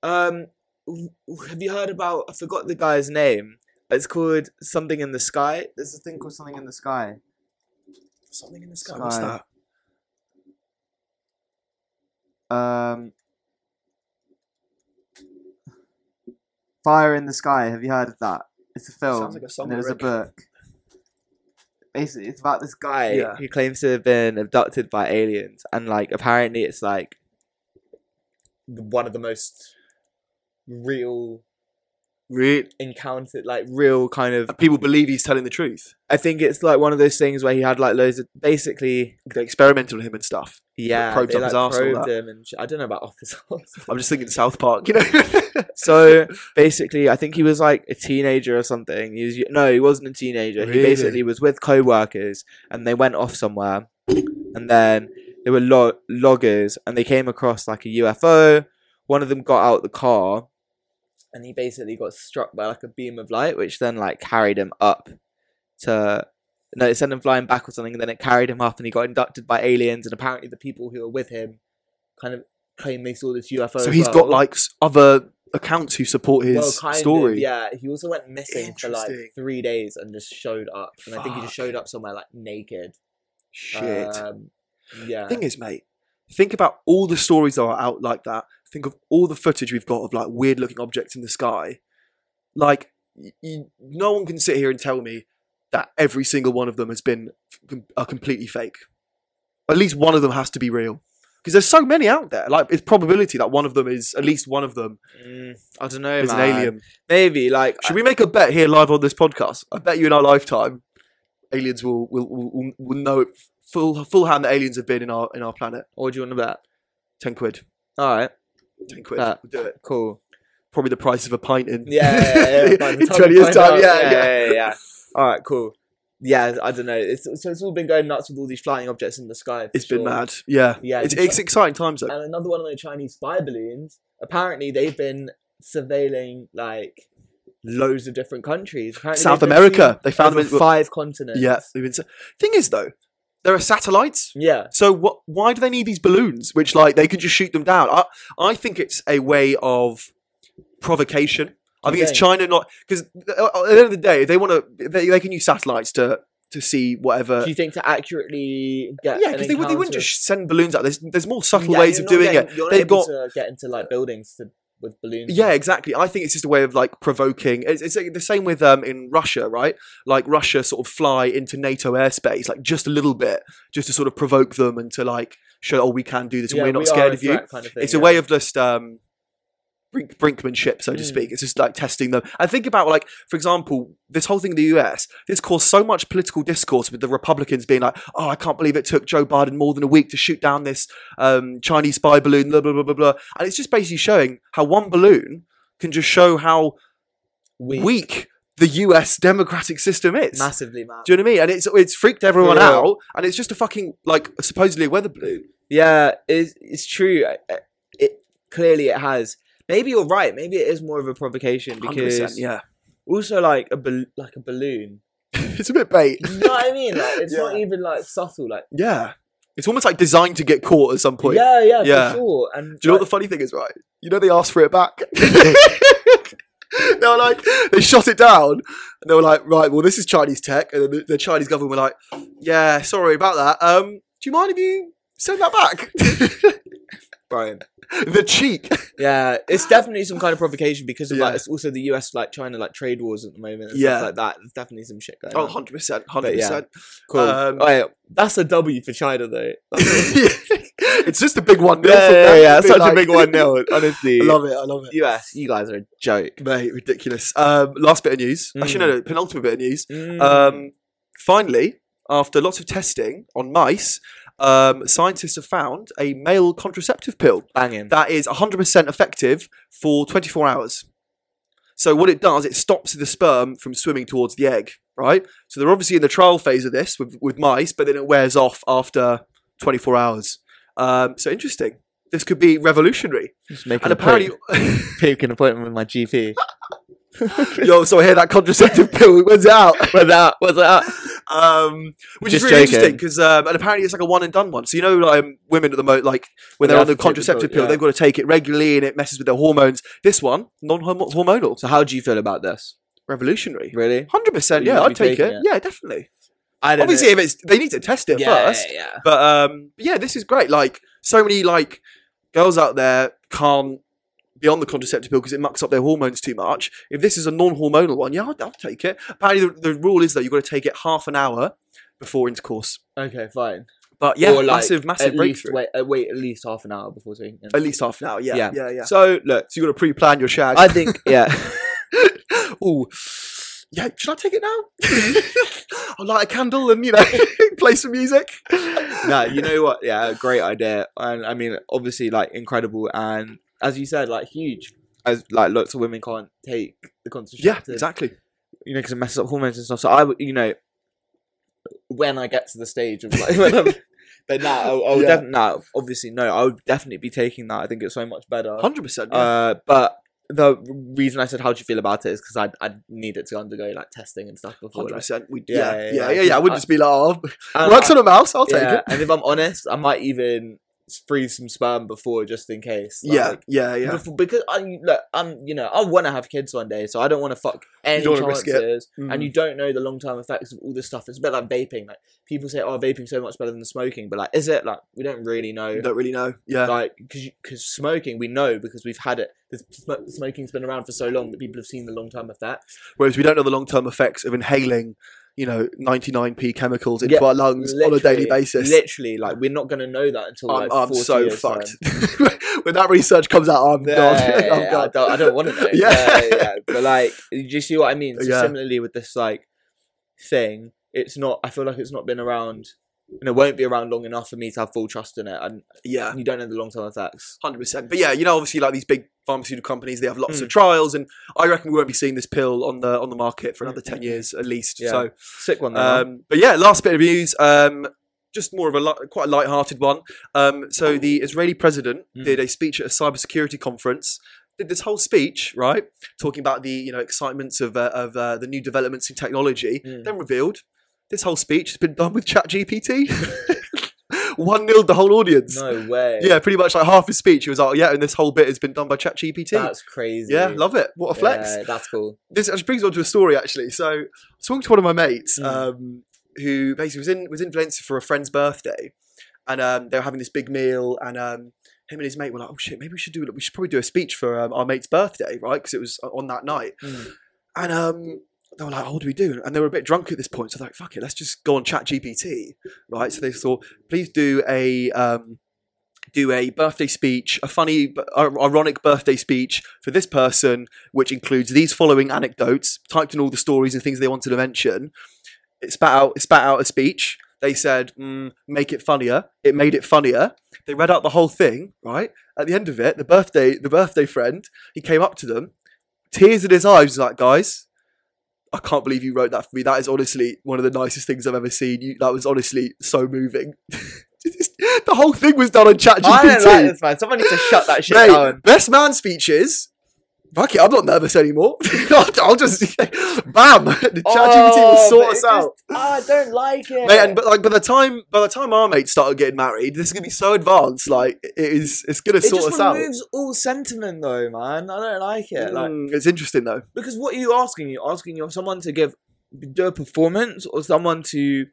[SPEAKER 1] Um, w- w- have you heard about? I forgot the guy's name. It's called something in the sky. There's a thing called something in the sky.
[SPEAKER 2] Something in the sky. What's
[SPEAKER 1] Sky.
[SPEAKER 2] that?
[SPEAKER 1] Um, Fire in the Sky. Have you heard of that? It's a film.
[SPEAKER 2] Sounds like a song
[SPEAKER 1] and there's a
[SPEAKER 2] lyric.
[SPEAKER 1] book. Basically, it's about this guy
[SPEAKER 2] Yeah.
[SPEAKER 1] who claims to have been abducted by aliens, and like apparently, it's like the- one of the most real
[SPEAKER 2] Really?
[SPEAKER 1] encountered, like real kind of.
[SPEAKER 2] uh, People believe he's telling the truth.
[SPEAKER 1] I think it's like one of those things where he had like loads of basically,
[SPEAKER 2] They experimented on him and stuff.
[SPEAKER 1] yeah,
[SPEAKER 2] probed
[SPEAKER 1] they,
[SPEAKER 2] up his
[SPEAKER 1] like,
[SPEAKER 2] arse and all
[SPEAKER 1] probed
[SPEAKER 2] that.
[SPEAKER 1] him, and sh- I don't know about off his arse.
[SPEAKER 2] I'm just thinking South Park. You know.
[SPEAKER 1] so basically, I think he was like a teenager or something. He was no, he wasn't a teenager. He
[SPEAKER 2] Really?
[SPEAKER 1] basically was with co-workers, and they went off somewhere, and then they were lo- loggers, and they came across like a UFO. One of them got out the car, and he basically got struck by like a beam of light, which then like carried him up to. No, it sent him flying back or something, and then it carried him up, and he got inducted by aliens. And apparently, the people who were with him kind of claim they saw this UFO.
[SPEAKER 2] so
[SPEAKER 1] as
[SPEAKER 2] he's
[SPEAKER 1] well.
[SPEAKER 2] got like s- other accounts who support his
[SPEAKER 1] kind
[SPEAKER 2] story.
[SPEAKER 1] Of, yeah, he also went missing for like
[SPEAKER 2] Interesting.
[SPEAKER 1] three days and just showed up, and I think he just
[SPEAKER 2] Fuck.
[SPEAKER 1] showed up somewhere like naked.
[SPEAKER 2] Shit.
[SPEAKER 1] Um, yeah.
[SPEAKER 2] Thing is, mate, think about all the stories that are out like that. Think of all the footage we've got of like weird looking objects in the sky. Like, y- y- no one can sit here and tell me that every single one of them has been com- are completely fake. At least one of them has to be real. Because there's so many out there. Like, it's probability that one of them is, at least one of them
[SPEAKER 1] Mm, I don't know,
[SPEAKER 2] is an
[SPEAKER 1] man.
[SPEAKER 2] alien.
[SPEAKER 1] Maybe like
[SPEAKER 2] Should we make a bet here live on this podcast? I bet you in our lifetime, aliens will will, will, will- will know it full full hand that aliens have been in our in our planet.
[SPEAKER 1] or do you want to bet?
[SPEAKER 2] Ten quid,
[SPEAKER 1] All right,
[SPEAKER 2] ten quid.
[SPEAKER 1] Uh,
[SPEAKER 2] we'll do it.
[SPEAKER 1] cool.
[SPEAKER 2] Probably the price of a pint in
[SPEAKER 1] Yeah, yeah, yeah. by the
[SPEAKER 2] in
[SPEAKER 1] time
[SPEAKER 2] twenty
[SPEAKER 1] we find
[SPEAKER 2] years time.
[SPEAKER 1] out,
[SPEAKER 2] Yeah, yeah.
[SPEAKER 1] yeah, yeah. All right, cool. Yeah, I don't know. It's so it's all been going nuts with all these flying objects in the sky. for
[SPEAKER 2] It's
[SPEAKER 1] sure.
[SPEAKER 2] been mad. Yeah,
[SPEAKER 1] Yeah,
[SPEAKER 2] It's,
[SPEAKER 1] it's- Uh,
[SPEAKER 2] it's exciting times though.
[SPEAKER 1] and another one of the Chinese spy balloons. Apparently, they've been surveilling like loads of different countries. Apparently
[SPEAKER 2] South
[SPEAKER 1] they've been
[SPEAKER 2] America, they
[SPEAKER 1] seen
[SPEAKER 2] found them.
[SPEAKER 1] over
[SPEAKER 2] In,
[SPEAKER 1] five continents.
[SPEAKER 2] yeah, they've been, s- thing is though, there are satellites.
[SPEAKER 1] yeah.
[SPEAKER 2] So what? Why do they need these balloons? Which like they could just shoot them down. I I think it's a way of provocation. I
[SPEAKER 1] You
[SPEAKER 2] think it's
[SPEAKER 1] think?
[SPEAKER 2] China not because uh, at the end of the day they want to they, they can use satellites to to see whatever.
[SPEAKER 1] Do you think to accurately get?
[SPEAKER 2] Uh, yeah,
[SPEAKER 1] an
[SPEAKER 2] because they, would- they wouldn't
[SPEAKER 1] encounter-
[SPEAKER 2] just send balloons out. There's there's more subtle
[SPEAKER 1] Yeah,
[SPEAKER 2] ways
[SPEAKER 1] you're
[SPEAKER 2] of
[SPEAKER 1] not
[SPEAKER 2] doing
[SPEAKER 1] getting-
[SPEAKER 2] it.
[SPEAKER 1] You're not
[SPEAKER 2] They've
[SPEAKER 1] able
[SPEAKER 2] got
[SPEAKER 1] to get into like buildings to, with balloons.
[SPEAKER 2] yeah, exactly. I think it's just a way of like provoking. It's, it's like the same with um in Russia, right? Like Russia sort of fly into NATO airspace like just a little bit, just to sort of provoke them and to like show oh we can do this and
[SPEAKER 1] Yeah,
[SPEAKER 2] we're not
[SPEAKER 1] we are
[SPEAKER 2] scared
[SPEAKER 1] a
[SPEAKER 2] of you.
[SPEAKER 1] threat Kind of thing,
[SPEAKER 2] it's
[SPEAKER 1] yeah.
[SPEAKER 2] a way of just um brink, brinkmanship, so to
[SPEAKER 1] Mm.
[SPEAKER 2] speak. It's just like testing them. And think about like, for example, this whole thing in the US. This caused so much political discourse with the Republicans being like, "Oh, I can't believe it took Joe Biden more than a week to shoot down this um, Chinese spy balloon." Blah blah blah blah blah. And it's just basically showing how one balloon can just show how
[SPEAKER 1] We
[SPEAKER 2] weak the US democratic system is.
[SPEAKER 1] massively man.
[SPEAKER 2] Do you know what I mean? And it's it's freaked everyone
[SPEAKER 1] Yeah.
[SPEAKER 2] out, and it's just a fucking like supposedly a weather balloon.
[SPEAKER 1] Yeah, it's it's true. I- I- It clearly it has. Maybe you're right. Maybe it is more of a provocation
[SPEAKER 2] 100%,
[SPEAKER 1] because
[SPEAKER 2] yeah,
[SPEAKER 1] also like a bal- like a balloon.
[SPEAKER 2] it's a bit bait.
[SPEAKER 1] You know what I mean? Like it's not
[SPEAKER 2] Yeah.
[SPEAKER 1] even like subtle. Like
[SPEAKER 2] Yeah, it's almost like designed to get caught at some point.
[SPEAKER 1] yeah, yeah,
[SPEAKER 2] Yeah.
[SPEAKER 1] for sure. And
[SPEAKER 2] Do you know what
[SPEAKER 1] like,
[SPEAKER 2] the funny thing is, right? You know they asked for it back. they were like, they shot it down, and they were like, right, well, this is Chinese tech, and then the, the Chinese government were like, yeah, sorry about that. Um, do you mind if you send that back?
[SPEAKER 1] Brian?
[SPEAKER 2] the cheek.
[SPEAKER 1] Yeah, it's definitely some kind of provocation because of like
[SPEAKER 2] Yeah.
[SPEAKER 1] it's also the U.S. like China like trade wars at the moment. And
[SPEAKER 2] Yeah.
[SPEAKER 1] stuff like that. There's definitely some shit going
[SPEAKER 2] Oh,
[SPEAKER 1] on.
[SPEAKER 2] 100 percent,
[SPEAKER 1] But
[SPEAKER 2] hundred
[SPEAKER 1] yeah.
[SPEAKER 2] percent.
[SPEAKER 1] Cool.
[SPEAKER 2] um,
[SPEAKER 1] oh, yeah. That's a W for China though. That's-
[SPEAKER 2] it's just a big one.
[SPEAKER 1] yeah,
[SPEAKER 2] nil
[SPEAKER 1] yeah,
[SPEAKER 2] from
[SPEAKER 1] yeah,
[SPEAKER 2] them.
[SPEAKER 1] yeah,
[SPEAKER 2] Be
[SPEAKER 1] Such a
[SPEAKER 2] like-
[SPEAKER 1] big one nil. Honestly,
[SPEAKER 2] I love it. I love it.
[SPEAKER 1] U.S. You guys are a joke.
[SPEAKER 2] Mate, ridiculous. Um, last bit of news.
[SPEAKER 1] Mm.
[SPEAKER 2] Actually, no, no, penultimate bit of news.
[SPEAKER 1] Mm.
[SPEAKER 2] Um, finally, after lots of testing on mice, um, scientists have found a male contraceptive pill
[SPEAKER 1] banging.
[SPEAKER 2] that is 100% effective for 24 hours. So what it does, it stops the sperm from swimming towards the egg, right? So they're obviously in the trial phase of this with, with mice, but then it wears off after 24 hours. Um, so interesting. This could be revolutionary.
[SPEAKER 1] Just making
[SPEAKER 2] And apparently,
[SPEAKER 1] pick an appointment with my GP.
[SPEAKER 2] yo, so I hear that contraceptive pill, it wins it out.
[SPEAKER 1] What's that? What's that?
[SPEAKER 2] Um, which
[SPEAKER 1] Just
[SPEAKER 2] is really
[SPEAKER 1] joking.
[SPEAKER 2] interesting because, um, and apparently it's like a one and done one. So you know, like, um, women at the moment, like when
[SPEAKER 1] They
[SPEAKER 2] they're
[SPEAKER 1] have
[SPEAKER 2] on the
[SPEAKER 1] to take the pill,
[SPEAKER 2] contraceptive pill,
[SPEAKER 1] yeah.
[SPEAKER 2] they've got to take it regularly, and it messes with their hormones. This one, non-hormonal,
[SPEAKER 1] So how do you feel about this?
[SPEAKER 2] revolutionary.
[SPEAKER 1] Really?
[SPEAKER 2] Hundred percent.
[SPEAKER 1] You
[SPEAKER 2] Yeah,
[SPEAKER 1] would
[SPEAKER 2] I'd
[SPEAKER 1] be
[SPEAKER 2] take
[SPEAKER 1] taking
[SPEAKER 2] it.
[SPEAKER 1] it.
[SPEAKER 2] Yeah, definitely.
[SPEAKER 1] I
[SPEAKER 2] Obviously, if it's they need to test it first.
[SPEAKER 1] Yeah, yeah.
[SPEAKER 2] But um, yeah, this is great. Like so many like girls out there can't be on the contraceptive pill because it mucks up their hormones too much. If this is a non-hormonal one, yeah, I'd, I'd take it. Apparently, the, the rule is though you've got to take it half an hour before intercourse.
[SPEAKER 1] Okay, fine.
[SPEAKER 2] But yeah,
[SPEAKER 1] Or, like,
[SPEAKER 2] massive, massive
[SPEAKER 1] at least
[SPEAKER 2] breakthrough.
[SPEAKER 1] wait, uh, wait at least half an hour before taking it.
[SPEAKER 2] At least half an hour. Yeah,
[SPEAKER 1] Yeah.
[SPEAKER 2] yeah, yeah. So,
[SPEAKER 1] So look,
[SPEAKER 2] you've got to pre-plan your shag.
[SPEAKER 1] I think yeah.
[SPEAKER 2] oh, yeah. Should I take it now? I'll light a candle and you know play some music.
[SPEAKER 1] no, you know what? Yeah, great idea, and I mean, obviously, like incredible, and as you said, like huge. As like lots of women can't take the
[SPEAKER 2] Yeah,
[SPEAKER 1] contraceptive.
[SPEAKER 2] exactly.
[SPEAKER 1] you know, because it messes up hormones and stuff. So I would, you know, when I get to the stage of like, when I'm, but now I'll, I'll
[SPEAKER 2] Yeah.
[SPEAKER 1] definitely, no, obviously, no, I would definitely be taking that. I think it's so much better.
[SPEAKER 2] Hundred percent.
[SPEAKER 1] Uh, but the reason I said how do you feel about it is because I I need it to undergo like testing and stuff before.
[SPEAKER 2] Hundred
[SPEAKER 1] Like,
[SPEAKER 2] percent. We
[SPEAKER 1] Yeah,
[SPEAKER 2] yeah,
[SPEAKER 1] yeah,
[SPEAKER 2] yeah,
[SPEAKER 1] yeah,
[SPEAKER 2] yeah, yeah.
[SPEAKER 1] just-
[SPEAKER 2] I wouldn't just be like, oh,
[SPEAKER 1] and,
[SPEAKER 2] works on a mouse. I'll take
[SPEAKER 1] yeah,
[SPEAKER 2] it.
[SPEAKER 1] and if I'm honest, I might even freeze some sperm before just in case.
[SPEAKER 2] Yeah,
[SPEAKER 1] like,
[SPEAKER 2] yeah, yeah.
[SPEAKER 1] before- because I look, I'm you know I want to have kids one day, so I don't want to fuck any
[SPEAKER 2] don't wanna risk it.
[SPEAKER 1] chances. and
[SPEAKER 2] Mm.
[SPEAKER 1] you don't know the long term effects of all this stuff. It's a bit like vaping. Like people say, "Oh, vaping's so much better than smoking," but like, is it? Like we don't really know.
[SPEAKER 2] You don't really know. Yeah,
[SPEAKER 1] Like because because smoking, we know because we've had it. The sm- smoking's been around for so long that people have seen the long term effects.
[SPEAKER 2] whereas we don't know the long-term effects of inhaling, you know, 99p chemicals into
[SPEAKER 1] Yeah,
[SPEAKER 2] our lungs on a daily
[SPEAKER 1] Literally-
[SPEAKER 2] basis.
[SPEAKER 1] Literally, like we're not gonna know that until
[SPEAKER 2] I'm,
[SPEAKER 1] like
[SPEAKER 2] I'm
[SPEAKER 1] 40
[SPEAKER 2] so
[SPEAKER 1] years time.
[SPEAKER 2] fucked. when that research comes out, I'm
[SPEAKER 1] Yeah,
[SPEAKER 2] done.
[SPEAKER 1] yeah,
[SPEAKER 2] I'm
[SPEAKER 1] yeah, I
[SPEAKER 2] done.
[SPEAKER 1] don't, I don't want to know.
[SPEAKER 2] oh, Yeah.
[SPEAKER 1] yeah, yeah, yeah. But like, do you see what I mean? So
[SPEAKER 2] Yeah.
[SPEAKER 1] similarly with this like thing, it's not. I feel like it's not been around, and it won't be around long enough for me to have full trust in it. And
[SPEAKER 2] Yeah.
[SPEAKER 1] you don't know the long term effects.
[SPEAKER 2] Hundred percent. But yeah, you know, obviously, like these big pharmaceutical companies, they have lots
[SPEAKER 1] Mm.
[SPEAKER 2] of trials, and I reckon we won't be seeing this pill on the on the market for another
[SPEAKER 1] Mm, mm,
[SPEAKER 2] ten
[SPEAKER 1] mm.
[SPEAKER 2] years at least.
[SPEAKER 1] Yeah.
[SPEAKER 2] So,
[SPEAKER 1] Sick one, though. huh?
[SPEAKER 2] um, but yeah, last bit of news. Um, just more of a li- quite a light-hearted one. Um, so the Israeli president
[SPEAKER 1] Mm.
[SPEAKER 2] did a speech at a cybersecurity conference. Did this whole speech right, talking about the you know excitements of uh, of uh, the new developments in technology.
[SPEAKER 1] Mm.
[SPEAKER 2] Then revealed this whole speech has been done with ChatGPT. One nil the whole audience.
[SPEAKER 1] no way.
[SPEAKER 2] Yeah, pretty much like half his speech. He was like, "Oh, "Yeah," and this whole bit has been done by ChatGPT.
[SPEAKER 1] that's crazy.
[SPEAKER 2] yeah, love it. What a flex!
[SPEAKER 1] Yeah, that's cool.
[SPEAKER 2] This actually brings me on to a story. Actually, so I was talking to one of my mates
[SPEAKER 1] Mm.
[SPEAKER 2] um, who basically was in was in Valencia for a friend's birthday, and um, they were having this big meal, and um, him and his mate were like, "Oh shit, maybe we should do we should probably do a speech for um, our mate's birthday, right?" Because it was on that night, and um, they were like, oh, "What do we do?" And they were a bit drunk at this point, so they're like, "Fuck it, let's just go on Chat GPT, right?" So they thought, "Please do a um, do a birthday speech, a funny, b- ir- ironic birthday speech for this person, which includes these following anecdotes, typed in all the stories and things they wanted to mention. It spat out, it spat out a speech. They said, mm, make it funnier. It made it funnier. They read out the whole thing, right? At the end of it, the birthday, the birthday friend, he came up to them, tears in his eyes, was like, guys, I can't believe you wrote that for me. That is honestly one of the nicest things I've ever seen. You, that was honestly so moving. the whole thing was done on ChatGPT.
[SPEAKER 1] I don't like this man. Someone needs to shut that shit
[SPEAKER 2] Mate,
[SPEAKER 1] down.
[SPEAKER 2] Best man speeches. Fuck it, I'm not nervous anymore. I'll, I'll just bam. The ChatGPT will
[SPEAKER 1] Oh,
[SPEAKER 2] sort
[SPEAKER 1] but
[SPEAKER 2] us
[SPEAKER 1] it just-
[SPEAKER 2] out.
[SPEAKER 1] Ah, I don't like it.
[SPEAKER 2] Mate, and but like by the time by the time our mates started getting married, this is gonna be so advanced. Like it is, it's gonna
[SPEAKER 1] it
[SPEAKER 2] sort us
[SPEAKER 1] just
[SPEAKER 2] out.
[SPEAKER 1] removes all sentiment though, man. I don't like it. Like,
[SPEAKER 2] Mm, it's interesting though.
[SPEAKER 1] because what are you asking? You're asking you someone to give do a performance or someone to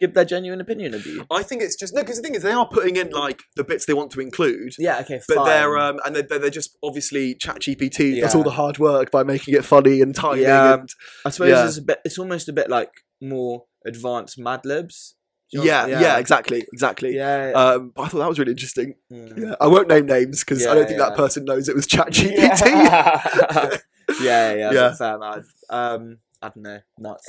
[SPEAKER 1] give their genuine opinion of you.
[SPEAKER 2] I think it's just no, because the thing is, they are putting in like the bits they want to include.
[SPEAKER 1] Yeah, okay,
[SPEAKER 2] But
[SPEAKER 1] fine.
[SPEAKER 2] they're um and they're, they're just obviously ChatGPT does
[SPEAKER 1] Yeah.
[SPEAKER 2] all the hard work by making it funny and timing
[SPEAKER 1] Yeah.
[SPEAKER 2] and
[SPEAKER 1] I suppose
[SPEAKER 2] yeah.
[SPEAKER 1] it's a bit. It's almost a bit like more advanced Mad Libs. Do you know
[SPEAKER 2] yeah,
[SPEAKER 1] what-
[SPEAKER 2] yeah, exactly, exactly.
[SPEAKER 1] yeah.
[SPEAKER 2] Um, but I thought that was really interesting.
[SPEAKER 1] mm.
[SPEAKER 2] Yeah, I won't name names because I
[SPEAKER 1] Yeah,
[SPEAKER 2] don't think that
[SPEAKER 1] yeah.
[SPEAKER 2] person knows it was ChatGPT. Yeah.
[SPEAKER 1] Yeah, yeah, yeah.
[SPEAKER 2] Yeah.
[SPEAKER 1] That's fair, man. Um, I don't know. Nuts.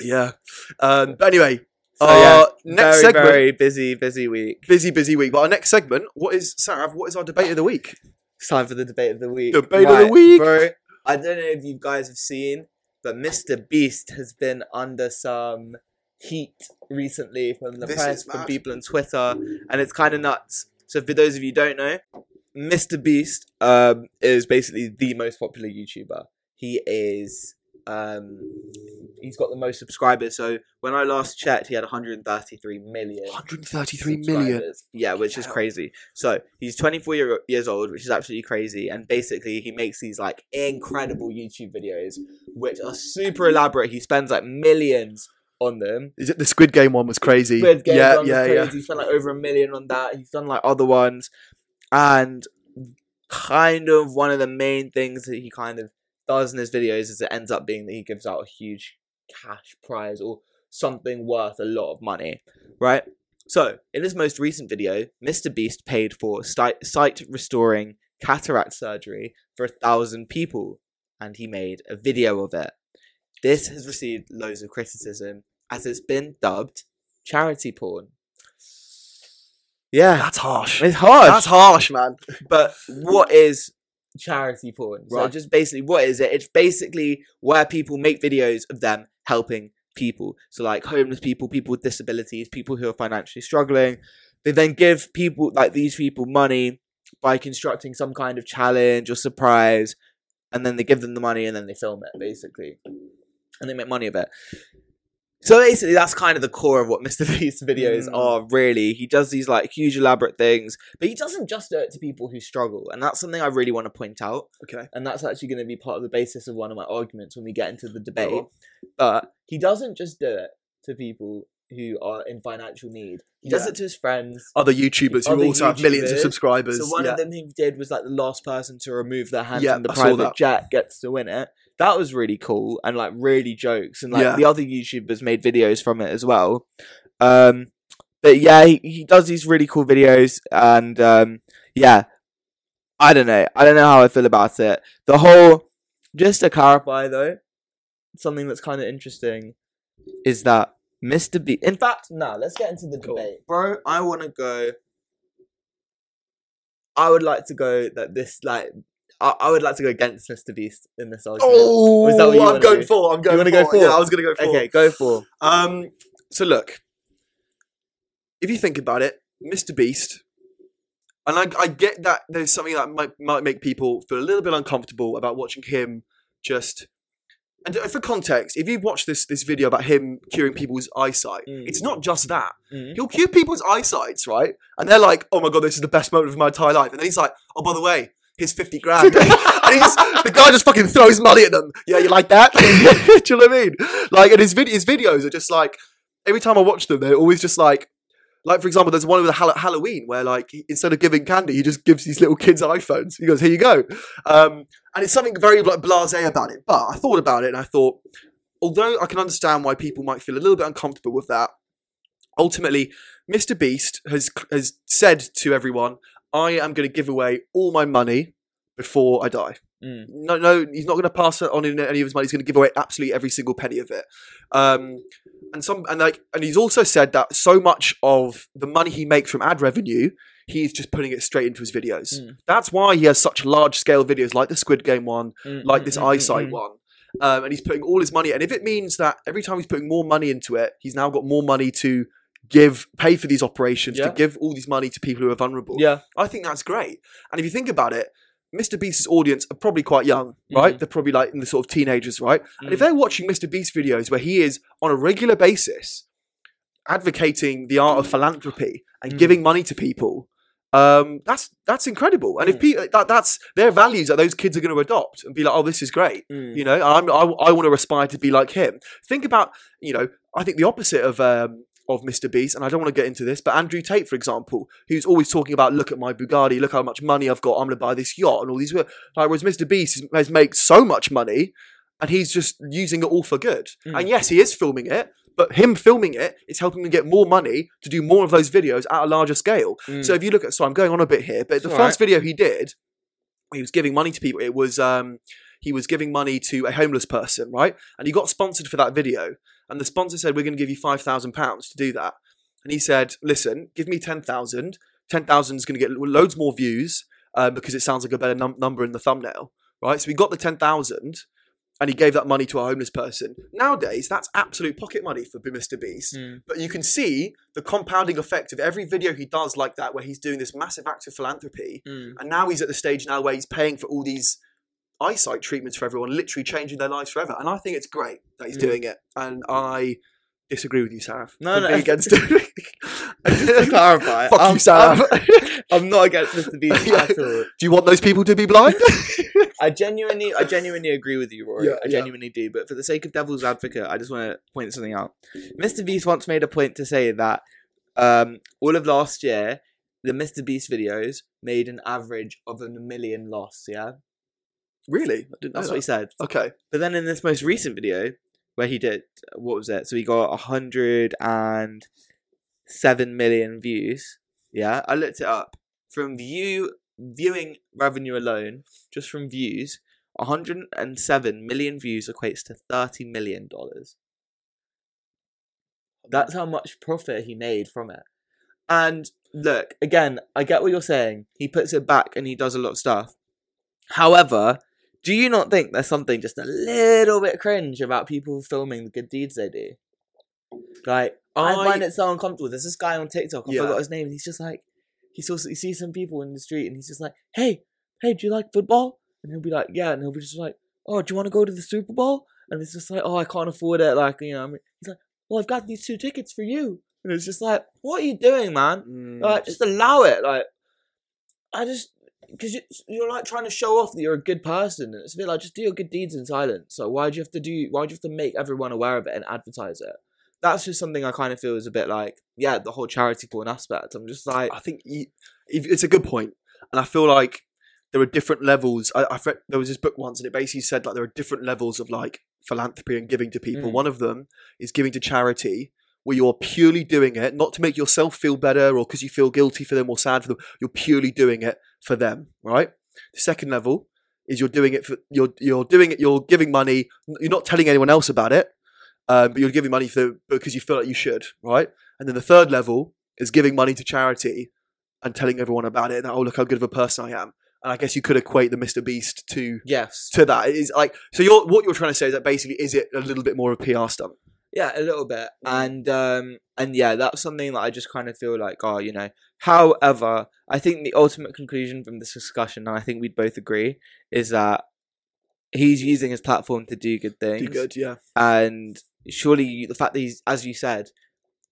[SPEAKER 2] Um, but anyway,
[SPEAKER 1] So,
[SPEAKER 2] our
[SPEAKER 1] yeah,
[SPEAKER 2] Uh, next
[SPEAKER 1] very,
[SPEAKER 2] segment,
[SPEAKER 1] very busy, busy week.
[SPEAKER 2] busy, busy week. But our next segment, what is Sav? What is our debate of the week?
[SPEAKER 1] It's time for the debate of the week.
[SPEAKER 2] Debate of the week.
[SPEAKER 1] Bro, I don't know if you guys have seen, but Mr. Beast has been under some heat recently from the
[SPEAKER 2] This
[SPEAKER 1] press,
[SPEAKER 2] is
[SPEAKER 1] from
[SPEAKER 2] mad.
[SPEAKER 1] people on Twitter, and it's kind of nuts. So, for those of you who don't know, Mr. Beast um, is basically the most popular YouTuber. He is. Um, he's got the most subscribers. So when I last checked, he had 133 million.
[SPEAKER 2] 133 million.
[SPEAKER 1] subscribers. Yeah, which is
[SPEAKER 2] Fucking hell.
[SPEAKER 1] crazy. So he's 24 year, years old, which is absolutely crazy. And basically, he makes these like incredible YouTube videos, which are super elaborate. He spends like millions on them.
[SPEAKER 2] Is it the Squid Game one was crazy?
[SPEAKER 1] Squid Game
[SPEAKER 2] yeah,
[SPEAKER 1] one was
[SPEAKER 2] yeah,
[SPEAKER 1] crazy.
[SPEAKER 2] yeah.
[SPEAKER 1] He's done like over a million on that. He's done like other ones, and kind of one of the main things that he kind of does in his videos is it ends up being that he gives out a huge cash prize or something worth a lot of money, right? So in his most recent video, Mr. Beast paid for sight sight restoring cataract surgery for a thousand people, and he made a video of it. This has received loads of criticism as it's been dubbed charity porn. Yeah,
[SPEAKER 2] That's harsh.
[SPEAKER 1] it's hard.
[SPEAKER 2] That's harsh, man.
[SPEAKER 1] but what is charity porn? So
[SPEAKER 2] Right.
[SPEAKER 1] just basically, what is it? It's basically where people make videos of them helping people. So like homeless people, people with disabilities, people who are financially struggling. They then give people like these people money by constructing some kind of challenge or surprise, and then they give them the money and then they film it basically, and they make money of it. So basically, that's kind of the core of what Mr. Beast's videos
[SPEAKER 2] Mm.
[SPEAKER 1] are. Really, he does these like huge elaborate things, but he doesn't just do it to people who struggle, and that's something I really want to point out.
[SPEAKER 2] Okay.
[SPEAKER 1] And that's actually going to be part of the basis of one of my arguments when we get into the debate.
[SPEAKER 2] Sure.
[SPEAKER 1] But he doesn't just do it to people who are in financial need. He does
[SPEAKER 2] Yeah.
[SPEAKER 1] it to his friends.
[SPEAKER 2] Other YouTubers who
[SPEAKER 1] Other
[SPEAKER 2] also have millions of
[SPEAKER 1] YouTubers.
[SPEAKER 2] subscribers.
[SPEAKER 1] So one
[SPEAKER 2] yeah.
[SPEAKER 1] of them he did was like the last person to remove their hand
[SPEAKER 2] Yeah,
[SPEAKER 1] from the
[SPEAKER 2] I saw
[SPEAKER 1] private
[SPEAKER 2] that.
[SPEAKER 1] jet gets to win it. That was really cool and like really jokes and like
[SPEAKER 2] Yeah.
[SPEAKER 1] the other YouTubers made videos from it as well. Um, but yeah, he, he does these really cool videos and um, yeah, I don't know. I don't know how I feel about it. The whole, just to clarify though, something that's kind of interesting is that Mr. B. In fact, no, let's get into the
[SPEAKER 2] Cool.
[SPEAKER 1] debate, bro. I want to go. I would like to go that this like I, I would like to go against Mr. Beast in this argument.
[SPEAKER 2] Oh,
[SPEAKER 1] Was that what you
[SPEAKER 2] I'm
[SPEAKER 1] wanna
[SPEAKER 2] going
[SPEAKER 1] do?
[SPEAKER 2] for. I'm going
[SPEAKER 1] wanna
[SPEAKER 2] for.
[SPEAKER 1] go for?
[SPEAKER 2] Yeah, I was going to go for.
[SPEAKER 1] okay, go for
[SPEAKER 2] Um, so look, if you think about it, Mr. Beast, and I, I get that there's something that might might make people feel a little bit uncomfortable about watching him just. And uh, for context, if you've watched this this video about him curing people's eyesight,
[SPEAKER 1] Mm.
[SPEAKER 2] it's not just that.
[SPEAKER 1] Mhm.
[SPEAKER 2] He'll cure people's eyesights, right? And they're like, "Oh my god, this is the best moment of my entire life." And then he's like, "Oh, by the way, here's fifty grand." and he just, the guy just fucking throws money at them. Yeah, you like that? Do you know what I mean? Like, and his vid- his videos are just like every time I watch them, they're always just like, like for example, there's one with Hall- Halloween where like he- instead of giving candy, he just gives these little kids iPhones. He goes, "Here you go," um, and it's something very like blasé about it. But I thought about it and I thought, although I can understand why people might feel a little bit uncomfortable with that, ultimately, Mr. Beast has has said to everyone, I am going to give away all my money before I die.
[SPEAKER 1] Mm.
[SPEAKER 2] No, no, he's not going to pass it on in any of his money. He's going to give away absolutely every single penny of it. Um, and some, and like, and he's also said that so much of the money he makes from ad revenue, he's just putting it straight into his videos.
[SPEAKER 1] Mm.
[SPEAKER 2] That's why he has such large scale videos like the Squid Game one,
[SPEAKER 1] Mm,
[SPEAKER 2] like
[SPEAKER 1] mm,
[SPEAKER 2] this
[SPEAKER 1] mm, mm,
[SPEAKER 2] eyesight
[SPEAKER 1] mm.
[SPEAKER 2] one. Um, and he's putting all his money, and if it means that every time he's putting more money into it, he's now got more money to give, pay for these operations, to
[SPEAKER 1] Yeah.
[SPEAKER 2] give all these money to people who are vulnerable.
[SPEAKER 1] Yeah.
[SPEAKER 2] I think that's great. And if you think about it, Mr. Beast's audience are probably quite young, right? They're probably like in the sort of teenagers, right? And if
[SPEAKER 1] Mm-hmm. Mm.
[SPEAKER 2] they're watching Mr. Beast videos where he is on a regular basis advocating the art of philanthropy and
[SPEAKER 1] Mm.
[SPEAKER 2] giving money to people, um, that's that's incredible. And if
[SPEAKER 1] Mm.
[SPEAKER 2] people that that's their values that those kids are going to adopt and be like, oh, this is great.
[SPEAKER 1] Mm.
[SPEAKER 2] You know, I'm, I I want to aspire to be like him. Think about you know, I think the opposite of um, of Mr. Beast, and I don't want to get into this, but Andrew Tate, for example, who's always talking about, look at my Bugatti, look how much money I've got, I'm going to buy this yacht and all these. Like, whereas Mr. Beast has- has made so much money, and he's just using it all for good.
[SPEAKER 1] Mm.
[SPEAKER 2] And yes, he is filming it, but him filming it is helping him get more money to do more of those videos at a larger scale.
[SPEAKER 1] Mm.
[SPEAKER 2] So if you look at, so I'm going on a bit here, but the
[SPEAKER 1] all
[SPEAKER 2] first video he did, he was giving money to people. It was um, he was giving money to a homeless person, right? And he got sponsored for that video. And the sponsor said, "We're going to give you five thousand pounds to do that." And he said, "Listen, give me ten thousand. Ten thousand is going to get loads more views uh, because it sounds like a better num- number in the thumbnail, right?" So he got the ten thousand. And he gave that money to a homeless person. Nowadays, that's absolute pocket money for Mr. Beast
[SPEAKER 1] Mm.
[SPEAKER 2] but you can see the compounding effect of every video he does like that where he's doing this massive act of philanthropy
[SPEAKER 1] Mm.
[SPEAKER 2] and now he's at the stage now where he's paying for all these eyesight treatments for everyone literally changing their lives forever and i think it's great that he's
[SPEAKER 1] Mm.
[SPEAKER 2] doing it and i disagree with you sarah
[SPEAKER 1] No,
[SPEAKER 2] for
[SPEAKER 1] no.
[SPEAKER 2] being against it
[SPEAKER 1] Just to clarify,
[SPEAKER 2] Fuck
[SPEAKER 1] I'm-
[SPEAKER 2] you, Sarah.
[SPEAKER 1] I'm not against Mr. Beast
[SPEAKER 2] Yeah.
[SPEAKER 1] at all.
[SPEAKER 2] Do you want those people to be blind?
[SPEAKER 1] I genuinely, I genuinely agree with you, Rory.
[SPEAKER 2] Yeah,
[SPEAKER 1] I
[SPEAKER 2] yeah.
[SPEAKER 1] genuinely do. But for the sake of devil's advocate, I just want to point something out. Mr. Beast once made a point to say that um, all of last year, the Mr. Beast videos made an average of a million loss. Yeah,
[SPEAKER 2] really? I didn't know
[SPEAKER 1] that's
[SPEAKER 2] that.
[SPEAKER 1] what he said.
[SPEAKER 2] Okay.
[SPEAKER 1] But then in this most recent video, where he did what was it? So he got hundred and seven million views. Yeah, I looked it up from view viewing revenue alone, just from views. 107 million views equates to 30 million dollars. That's how much profit he made from it. And look, again, I get what you're saying. He puts it back and he does a lot of stuff. However, do you not think there's something just a little bit cringe about people filming the good deeds they do? Like, I,
[SPEAKER 2] I-
[SPEAKER 1] find it so uncomfortable. There's this guy on TikTok, I
[SPEAKER 2] Yeah.
[SPEAKER 1] forgot his name, and he's just like, he saws he sees some people in the street and he's just like, hey, hey, do you like football? And he'll be like, yeah. And he'll be just like, oh, do you want to go to the Super Bowl? And it's just like, oh, I can't afford it. Like, you know, I mean, he's like, well, I've got these two tickets for you. And it's just like, what are you doing, man? Like, just allow Mm, it. Like, I just, because you're like trying to show off that you're a good person. And it's a bit like, just do your good deeds in silence. So why do you have to do, why do you have to make everyone aware of it and advertise it? That's just something I kind of feel is a bit like, yeah, the whole charity porn aspect. I'm just like,
[SPEAKER 2] I think you, if- it's a good point, and I feel like there are different levels. I, I've read there was this book once, and it basically said like there are different levels of like philanthropy and giving to people.
[SPEAKER 1] Mm.
[SPEAKER 2] One of them is giving to charity, where you're purely doing it not to make yourself feel better or because you feel guilty for them or sad for them. You're purely doing it for them, right? The second level is you're doing it for you're you're doing it. You're giving money. You're not telling anyone else about it, um, but you're giving money for because you feel like you should, right? And then the third level is giving money to charity and telling everyone about it. That oh look how good of a person I am. And I guess you could equate the Mr. Beast to
[SPEAKER 1] yes.
[SPEAKER 2] to that. It is like so. You're what you're trying to say is that basically is it a little bit more of a PR stunt?
[SPEAKER 1] Yeah, a little bit. And um and yeah, that's something that I just kind of feel like, oh, you know. However, I think the ultimate conclusion from this discussion, and I think we'd both agree, is that he's using his platform to do good things.
[SPEAKER 2] Do good, yeah.
[SPEAKER 1] And surely you- the fact that he's as you said,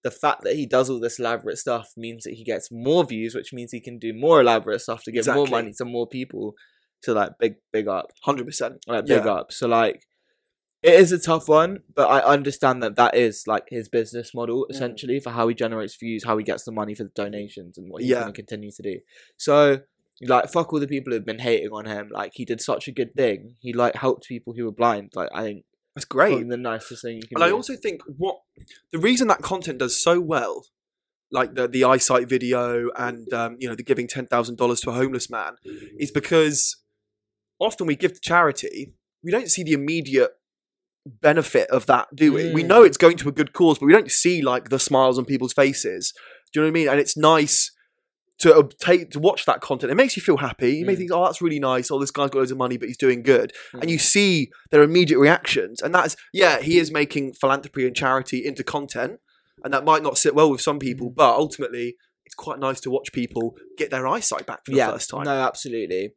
[SPEAKER 1] the fact that he does all this elaborate stuff means that he gets more views, which means he can do more elaborate stuff to give more
[SPEAKER 2] Exactly.
[SPEAKER 1] money to more people to like big big up
[SPEAKER 2] Hundred percent.
[SPEAKER 1] like big
[SPEAKER 2] Yeah.
[SPEAKER 1] up. So like, it is a tough one, but I understand that that is like his business model
[SPEAKER 2] Mm.
[SPEAKER 1] essentially for how he generates views, how he gets the money for the donations, and what he's
[SPEAKER 2] Yeah.
[SPEAKER 1] going to continue to do. So like, fuck all the people who've been hating on him. Like he did such a good thing. He like helped people who were blind. Like I think
[SPEAKER 2] That's great.
[SPEAKER 1] fucking the nicest thing you can.
[SPEAKER 2] And I
[SPEAKER 1] do.
[SPEAKER 2] also think what the reason that content does so well like the the eyesight video and um, you know the giving ten thousand dollars to a homeless man is
[SPEAKER 1] Mm.
[SPEAKER 2] because often we give to charity, we don't see the immediate benefit of that, do we? We
[SPEAKER 1] Mm.
[SPEAKER 2] know it's going to a good cause, but we don't see like the smiles on people's faces. Do you know what I mean? And it's nice to obtain to watch that content. It makes you feel happy. You may
[SPEAKER 1] Mm.
[SPEAKER 2] think, oh, that's really nice. Oh, this guy's got loads of money, but he's doing good.
[SPEAKER 1] Mm.
[SPEAKER 2] And you see their immediate reactions. And that is, yeah, he is making philanthropy and charity into content. And that might not sit well with some people,
[SPEAKER 1] Mm.
[SPEAKER 2] but ultimately, it's quite nice to watch people get their eyesight back for the first time.
[SPEAKER 1] No, absolutely.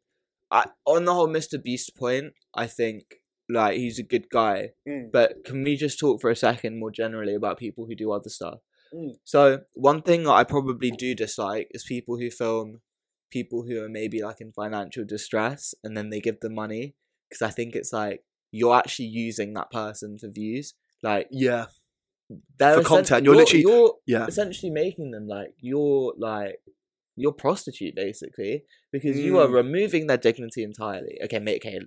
[SPEAKER 1] I, on the whole, Mr. Beast point, I think like he's a good guy.
[SPEAKER 2] Mm.
[SPEAKER 1] But can we just talk for a second more generally about people who do other stuff?
[SPEAKER 2] Mm.
[SPEAKER 1] So one thing that I probably do dislike is people who film people who are maybe like in financial distress and then they give them money because I think it's like you're actually using that person for views. Like
[SPEAKER 2] Yeah,
[SPEAKER 1] they're Uh,
[SPEAKER 2] For
[SPEAKER 1] essen-
[SPEAKER 2] content, you're literally-
[SPEAKER 1] you're
[SPEAKER 2] yeah.
[SPEAKER 1] essentially making them like your like your prostitute basically because you are
[SPEAKER 2] Mm.
[SPEAKER 1] removing their dignity entirely. Okay, mate. Okay,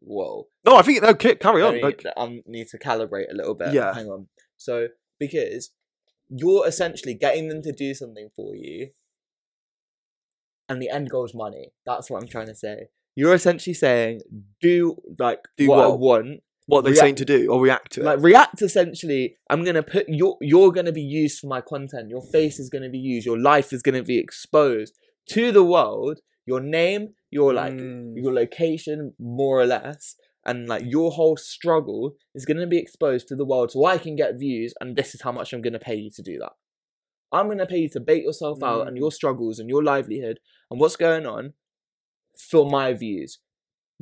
[SPEAKER 1] whoa.
[SPEAKER 2] No, I think no. ki- Carry on.
[SPEAKER 1] Let me-
[SPEAKER 2] like-
[SPEAKER 1] I need to calibrate a little bit.
[SPEAKER 2] Yeah.
[SPEAKER 1] Hang on. So because you're essentially getting them to do something for you, and the end goal is money. That's what I'm trying to say. You're essentially saying do like
[SPEAKER 2] Do
[SPEAKER 1] what, I
[SPEAKER 2] what?
[SPEAKER 1] want,
[SPEAKER 2] what they're
[SPEAKER 1] React-
[SPEAKER 2] saying to do or react to it.
[SPEAKER 1] like React essentially, I'm gonna put your you're gonna be used for my content. Your face is gonna be used. Your life is gonna be exposed to the world. Your name, your like
[SPEAKER 2] Mm.
[SPEAKER 1] your location, more or less, and like your whole struggle is gonna be exposed to the world. So I can get views, and this is how much I'm gonna pay you to do that. I'm gonna pay you to bait yourself out and
[SPEAKER 2] Mm.
[SPEAKER 1] your struggles and your livelihood and what's going on for my views,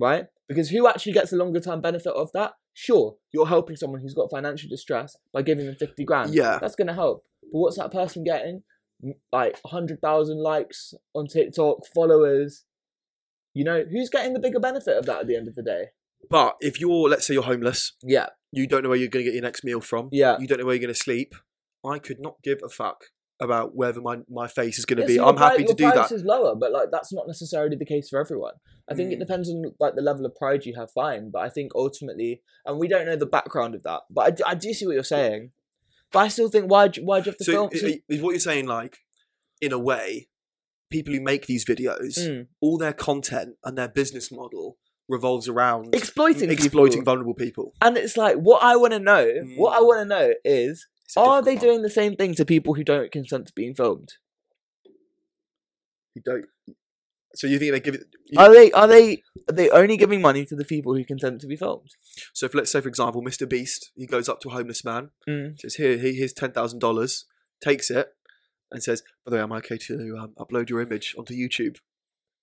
[SPEAKER 1] right? Because who actually gets the longer term benefit of that? Sure, you're helping someone who's got financial distress by giving them 50 grand.
[SPEAKER 2] Yeah.
[SPEAKER 1] That's going to help. But what's that person getting? M- Like 100,000 likes on TikTok, followers. You know, who's getting the bigger benefit of that at the end of the day?
[SPEAKER 2] but if you're, let's say, you're homeless,
[SPEAKER 1] Yeah,
[SPEAKER 2] you don't know where you're going to get your next meal from.
[SPEAKER 1] yeah.
[SPEAKER 2] You don't know where you're going to sleep. I could not give a fuck about whether my, my face is going to
[SPEAKER 1] Yeah,
[SPEAKER 2] be.
[SPEAKER 1] so your
[SPEAKER 2] I'm happy
[SPEAKER 1] pri-
[SPEAKER 2] to do
[SPEAKER 1] your
[SPEAKER 2] that.
[SPEAKER 1] price is lower, but like that's not necessarily the case for everyone. I think it
[SPEAKER 2] Mm.
[SPEAKER 1] depends on like the level of pride you have. Fine, but I think ultimately, and we don't know the background of that, but I do, I do see what you're saying. But I still think why why do you have to Mm.
[SPEAKER 2] So uh,
[SPEAKER 1] film?
[SPEAKER 2] i- i- is what you're saying like, in a way, people who make these videos,
[SPEAKER 1] Mm.
[SPEAKER 2] all their content and their business model revolves around
[SPEAKER 1] exploiting people.
[SPEAKER 2] exploiting vulnerable people.
[SPEAKER 1] and it's like what I want to know. What I
[SPEAKER 2] Mm.
[SPEAKER 1] want to know is
[SPEAKER 2] It's a
[SPEAKER 1] are
[SPEAKER 2] difficult
[SPEAKER 1] they
[SPEAKER 2] one.
[SPEAKER 1] doing the same thing to people who don't consent to being filmed?
[SPEAKER 2] You don't. So you think they give it? you-
[SPEAKER 1] Are they are they are they only giving money to the people who consent to be filmed?
[SPEAKER 2] So if let's say for example, Mr. Beast, he goes up to a homeless man,
[SPEAKER 1] Mm.
[SPEAKER 2] says, "Here, he- here's ten thousand dollars," takes it, and says, "By the way, am I okay to um, upload your image onto YouTube?"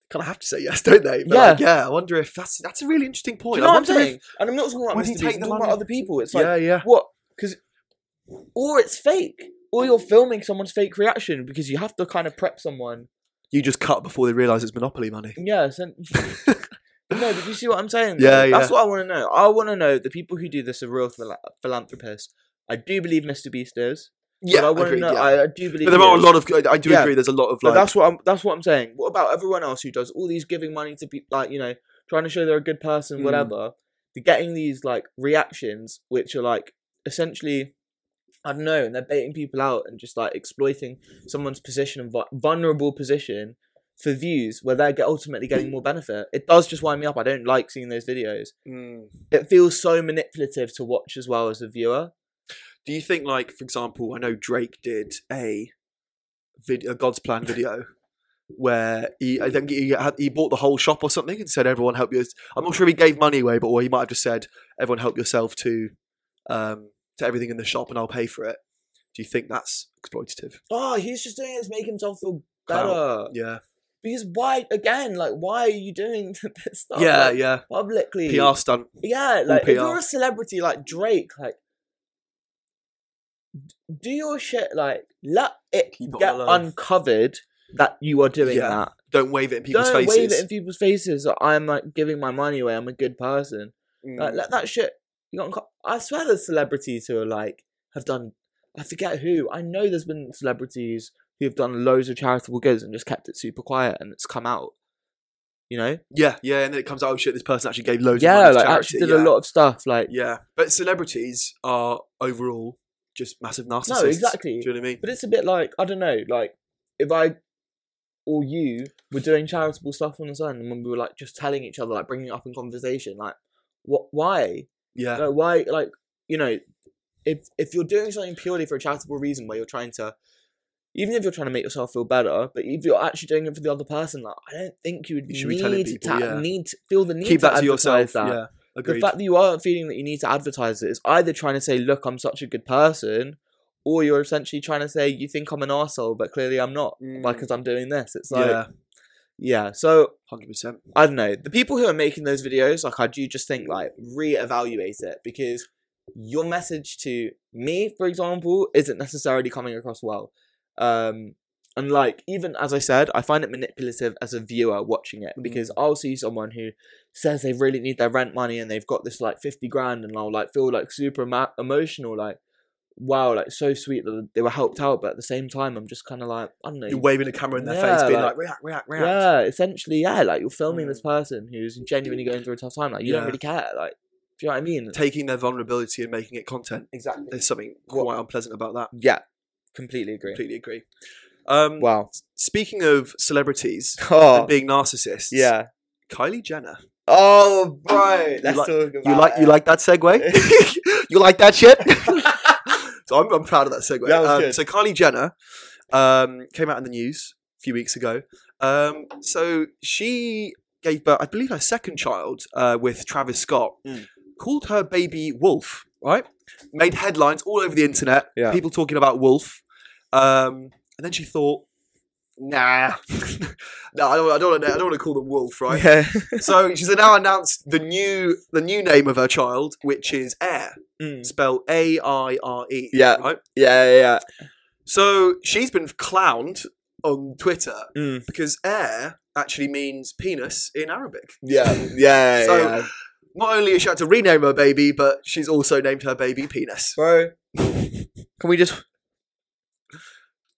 [SPEAKER 2] Kind of have to say yes, don't they? But like, yeah. I wonder if that's that's a really interesting
[SPEAKER 1] Do
[SPEAKER 2] point.
[SPEAKER 1] you know
[SPEAKER 2] I
[SPEAKER 1] what I'm
[SPEAKER 2] wonder
[SPEAKER 1] saying? And I'm not talking about
[SPEAKER 2] Why does he
[SPEAKER 1] Mr.
[SPEAKER 2] take
[SPEAKER 1] Beast. I'm
[SPEAKER 2] the
[SPEAKER 1] talking about
[SPEAKER 2] money?
[SPEAKER 1] other people.
[SPEAKER 2] If,
[SPEAKER 1] It's like
[SPEAKER 2] yeah, yeah.
[SPEAKER 1] What? Because, or it's fake, or you're filming someone's fake reaction because you have to kind of prep someone.
[SPEAKER 2] You just cut before they realise it's monopoly money.
[SPEAKER 1] Yeah. So, no, but you see what I'm saying?
[SPEAKER 2] Yeah,
[SPEAKER 1] though? That's
[SPEAKER 2] yeah.
[SPEAKER 1] what I want to know. I want to know the people who do this are real phila- philanthropists. I do believe Mr. Beast is.
[SPEAKER 2] Yeah,
[SPEAKER 1] but I
[SPEAKER 2] I
[SPEAKER 1] want
[SPEAKER 2] agree,
[SPEAKER 1] to know.
[SPEAKER 2] yeah.
[SPEAKER 1] I, I do believe.
[SPEAKER 2] But there
[SPEAKER 1] he
[SPEAKER 2] are a
[SPEAKER 1] is.
[SPEAKER 2] lot of. I I do
[SPEAKER 1] Yeah.
[SPEAKER 2] agree. There's a lot of
[SPEAKER 1] But
[SPEAKER 2] like.
[SPEAKER 1] that's what I'm. That's what I'm saying. What about everyone else who does all these giving money to be like you know trying to show they're a good person,
[SPEAKER 2] Mm.
[SPEAKER 1] whatever? They're getting these like reactions which are like essentially, I don't know, and they're baiting people out and just like exploiting someone's position and vu- vulnerable position for views where they're get- ultimately getting more benefit. It does just wind me up. I don't like seeing those videos.
[SPEAKER 2] mm.
[SPEAKER 1] It feels so manipulative to watch as well as a viewer.
[SPEAKER 2] Do you think, like, for example, I know Drake did a vid- a God's Plan video where he, I think he, had, he bought the whole shop or something and said, "Everyone help yours." I'm not sure if he gave money away, but or he might have just said, "Everyone help yourself to um, to everything in the shop, and I'll pay for it." Do you think that's exploitative?
[SPEAKER 1] Oh, he's just doing it to make himself feel better.
[SPEAKER 2] Clout. Yeah,
[SPEAKER 1] Because why again? Like, why are you doing this stuff?
[SPEAKER 2] yeah,
[SPEAKER 1] like,
[SPEAKER 2] yeah.
[SPEAKER 1] Publicly,
[SPEAKER 2] PR stunt.
[SPEAKER 1] yeah. Like, if
[SPEAKER 2] PR.
[SPEAKER 1] you're a celebrity like Drake, like, d- do your shit. Like, let it
[SPEAKER 2] Keep it
[SPEAKER 1] get
[SPEAKER 2] low.
[SPEAKER 1] uncovered that you are doing
[SPEAKER 2] Yeah,
[SPEAKER 1] that.
[SPEAKER 2] Don't wave it in people's
[SPEAKER 1] Don't
[SPEAKER 2] faces.
[SPEAKER 1] wave it in people's faces. That I'm like giving my money away. I'm a good person. Like,
[SPEAKER 2] Mm.
[SPEAKER 1] let that shit. You got. unco- I swear, there's celebrities who are like have done. I forget who. I know there's been celebrities who have done loads of charitable goods and just kept it super quiet, and it's come out. You know.
[SPEAKER 2] yeah, yeah, and then it comes out. Oh shit! This person actually gave loads.
[SPEAKER 1] yeah,
[SPEAKER 2] of money to
[SPEAKER 1] like
[SPEAKER 2] charity.
[SPEAKER 1] actually did
[SPEAKER 2] yeah.
[SPEAKER 1] a lot of stuff. Like,
[SPEAKER 2] Yeah, but celebrities are overall just massive narcissists.
[SPEAKER 1] No, exactly.
[SPEAKER 2] Do you know what I mean?
[SPEAKER 1] But it's a bit like I don't know, like if I or you were doing charitable stuff on the sun, and when we were like just telling each other, like bringing it up in conversation, like what, why,
[SPEAKER 2] Yeah,
[SPEAKER 1] like, why, like you know, if if you're doing something purely for a charitable reason, where you're trying to, even if you're trying to make yourself feel better, but if you're actually doing it for the other person, like I don't think you would
[SPEAKER 2] You should be
[SPEAKER 1] need
[SPEAKER 2] telling
[SPEAKER 1] to
[SPEAKER 2] people,
[SPEAKER 1] ta-
[SPEAKER 2] yeah.
[SPEAKER 1] need to feel the need
[SPEAKER 2] keep
[SPEAKER 1] to
[SPEAKER 2] that to yourself.
[SPEAKER 1] advertise That.
[SPEAKER 2] Yeah,
[SPEAKER 1] The
[SPEAKER 2] agreed.
[SPEAKER 1] fact that you aren't feeling that you need to advertise it is either trying to say, look, I'm such a good person, or you're essentially trying to say, you think I'm an arsehole, but clearly I'm not,
[SPEAKER 2] Mm.
[SPEAKER 1] because I'm doing this. It's like, yeah.
[SPEAKER 2] yeah,
[SPEAKER 1] So,
[SPEAKER 2] hundred percent.
[SPEAKER 1] I don't know. The people who are making those videos, like, I do just think, like, reevaluate it because your message to me, for example, isn't necessarily coming across well. Um, and, like, even as I said, I find it manipulative as a viewer watching it because I'll see someone who says they really need their rent money and they've got this, like, 50 grand, and I'll, like, feel, like, super emo- emotional, like, wow, like, so sweet that they were helped out. But at the same time, I'm just kind of like, I don't know.
[SPEAKER 2] You're waving a camera in their
[SPEAKER 1] Yeah,
[SPEAKER 2] face, being
[SPEAKER 1] like-
[SPEAKER 2] like, react, react, react.
[SPEAKER 1] Yeah, essentially, yeah. Like you're filming
[SPEAKER 2] Mm.
[SPEAKER 1] this person who's genuinely going through a tough time. Like you don't
[SPEAKER 2] Yeah.
[SPEAKER 1] really care. Like, do you know what I mean?
[SPEAKER 2] Taking their vulnerability and making it content.
[SPEAKER 1] Exactly.
[SPEAKER 2] There's something
[SPEAKER 1] What-
[SPEAKER 2] quite unpleasant about that.
[SPEAKER 1] Yeah, completely agree.
[SPEAKER 2] Completely agree. Um,
[SPEAKER 1] Wow.
[SPEAKER 2] Speaking of celebrities
[SPEAKER 1] Oh,
[SPEAKER 2] and being narcissists,
[SPEAKER 1] yeah.
[SPEAKER 2] Kylie Jenner.
[SPEAKER 1] Oh, bro. Let's
[SPEAKER 2] like-
[SPEAKER 1] talk about.
[SPEAKER 2] You like you
[SPEAKER 1] it.
[SPEAKER 2] like that segue? you like that shit? so I'm, I'm proud of that segue.
[SPEAKER 1] That was
[SPEAKER 2] Um,
[SPEAKER 1] good.
[SPEAKER 2] so Kylie Jenner um, came out in the news a few weeks ago. Um, so she gave birth, I believe, her second child uh, with Travis Scott.
[SPEAKER 1] Mm.
[SPEAKER 2] Called her baby Wolf. Right? Made headlines all over the internet.
[SPEAKER 1] Yeah.
[SPEAKER 2] People talking about Wolf. Um, and then she thought, Nah, no, I don't. I don't. wanna- I don't want to call them Wolf, right?
[SPEAKER 1] Yeah.
[SPEAKER 2] so she's now announced the new the new name of her child, which is Air,
[SPEAKER 1] Mm.
[SPEAKER 2] spelled A I R E.
[SPEAKER 1] Yeah.
[SPEAKER 2] Right?
[SPEAKER 1] Yeah, yeah,
[SPEAKER 2] So she's been clowned on Twitter
[SPEAKER 1] yeah. Mm.
[SPEAKER 2] because Air actually means penis in Arabic.
[SPEAKER 1] Yeah, yeah,
[SPEAKER 2] So-
[SPEAKER 1] yeah.
[SPEAKER 2] Not only has she had to rename her baby, but she's also named her baby penis.
[SPEAKER 1] Bro, can we just?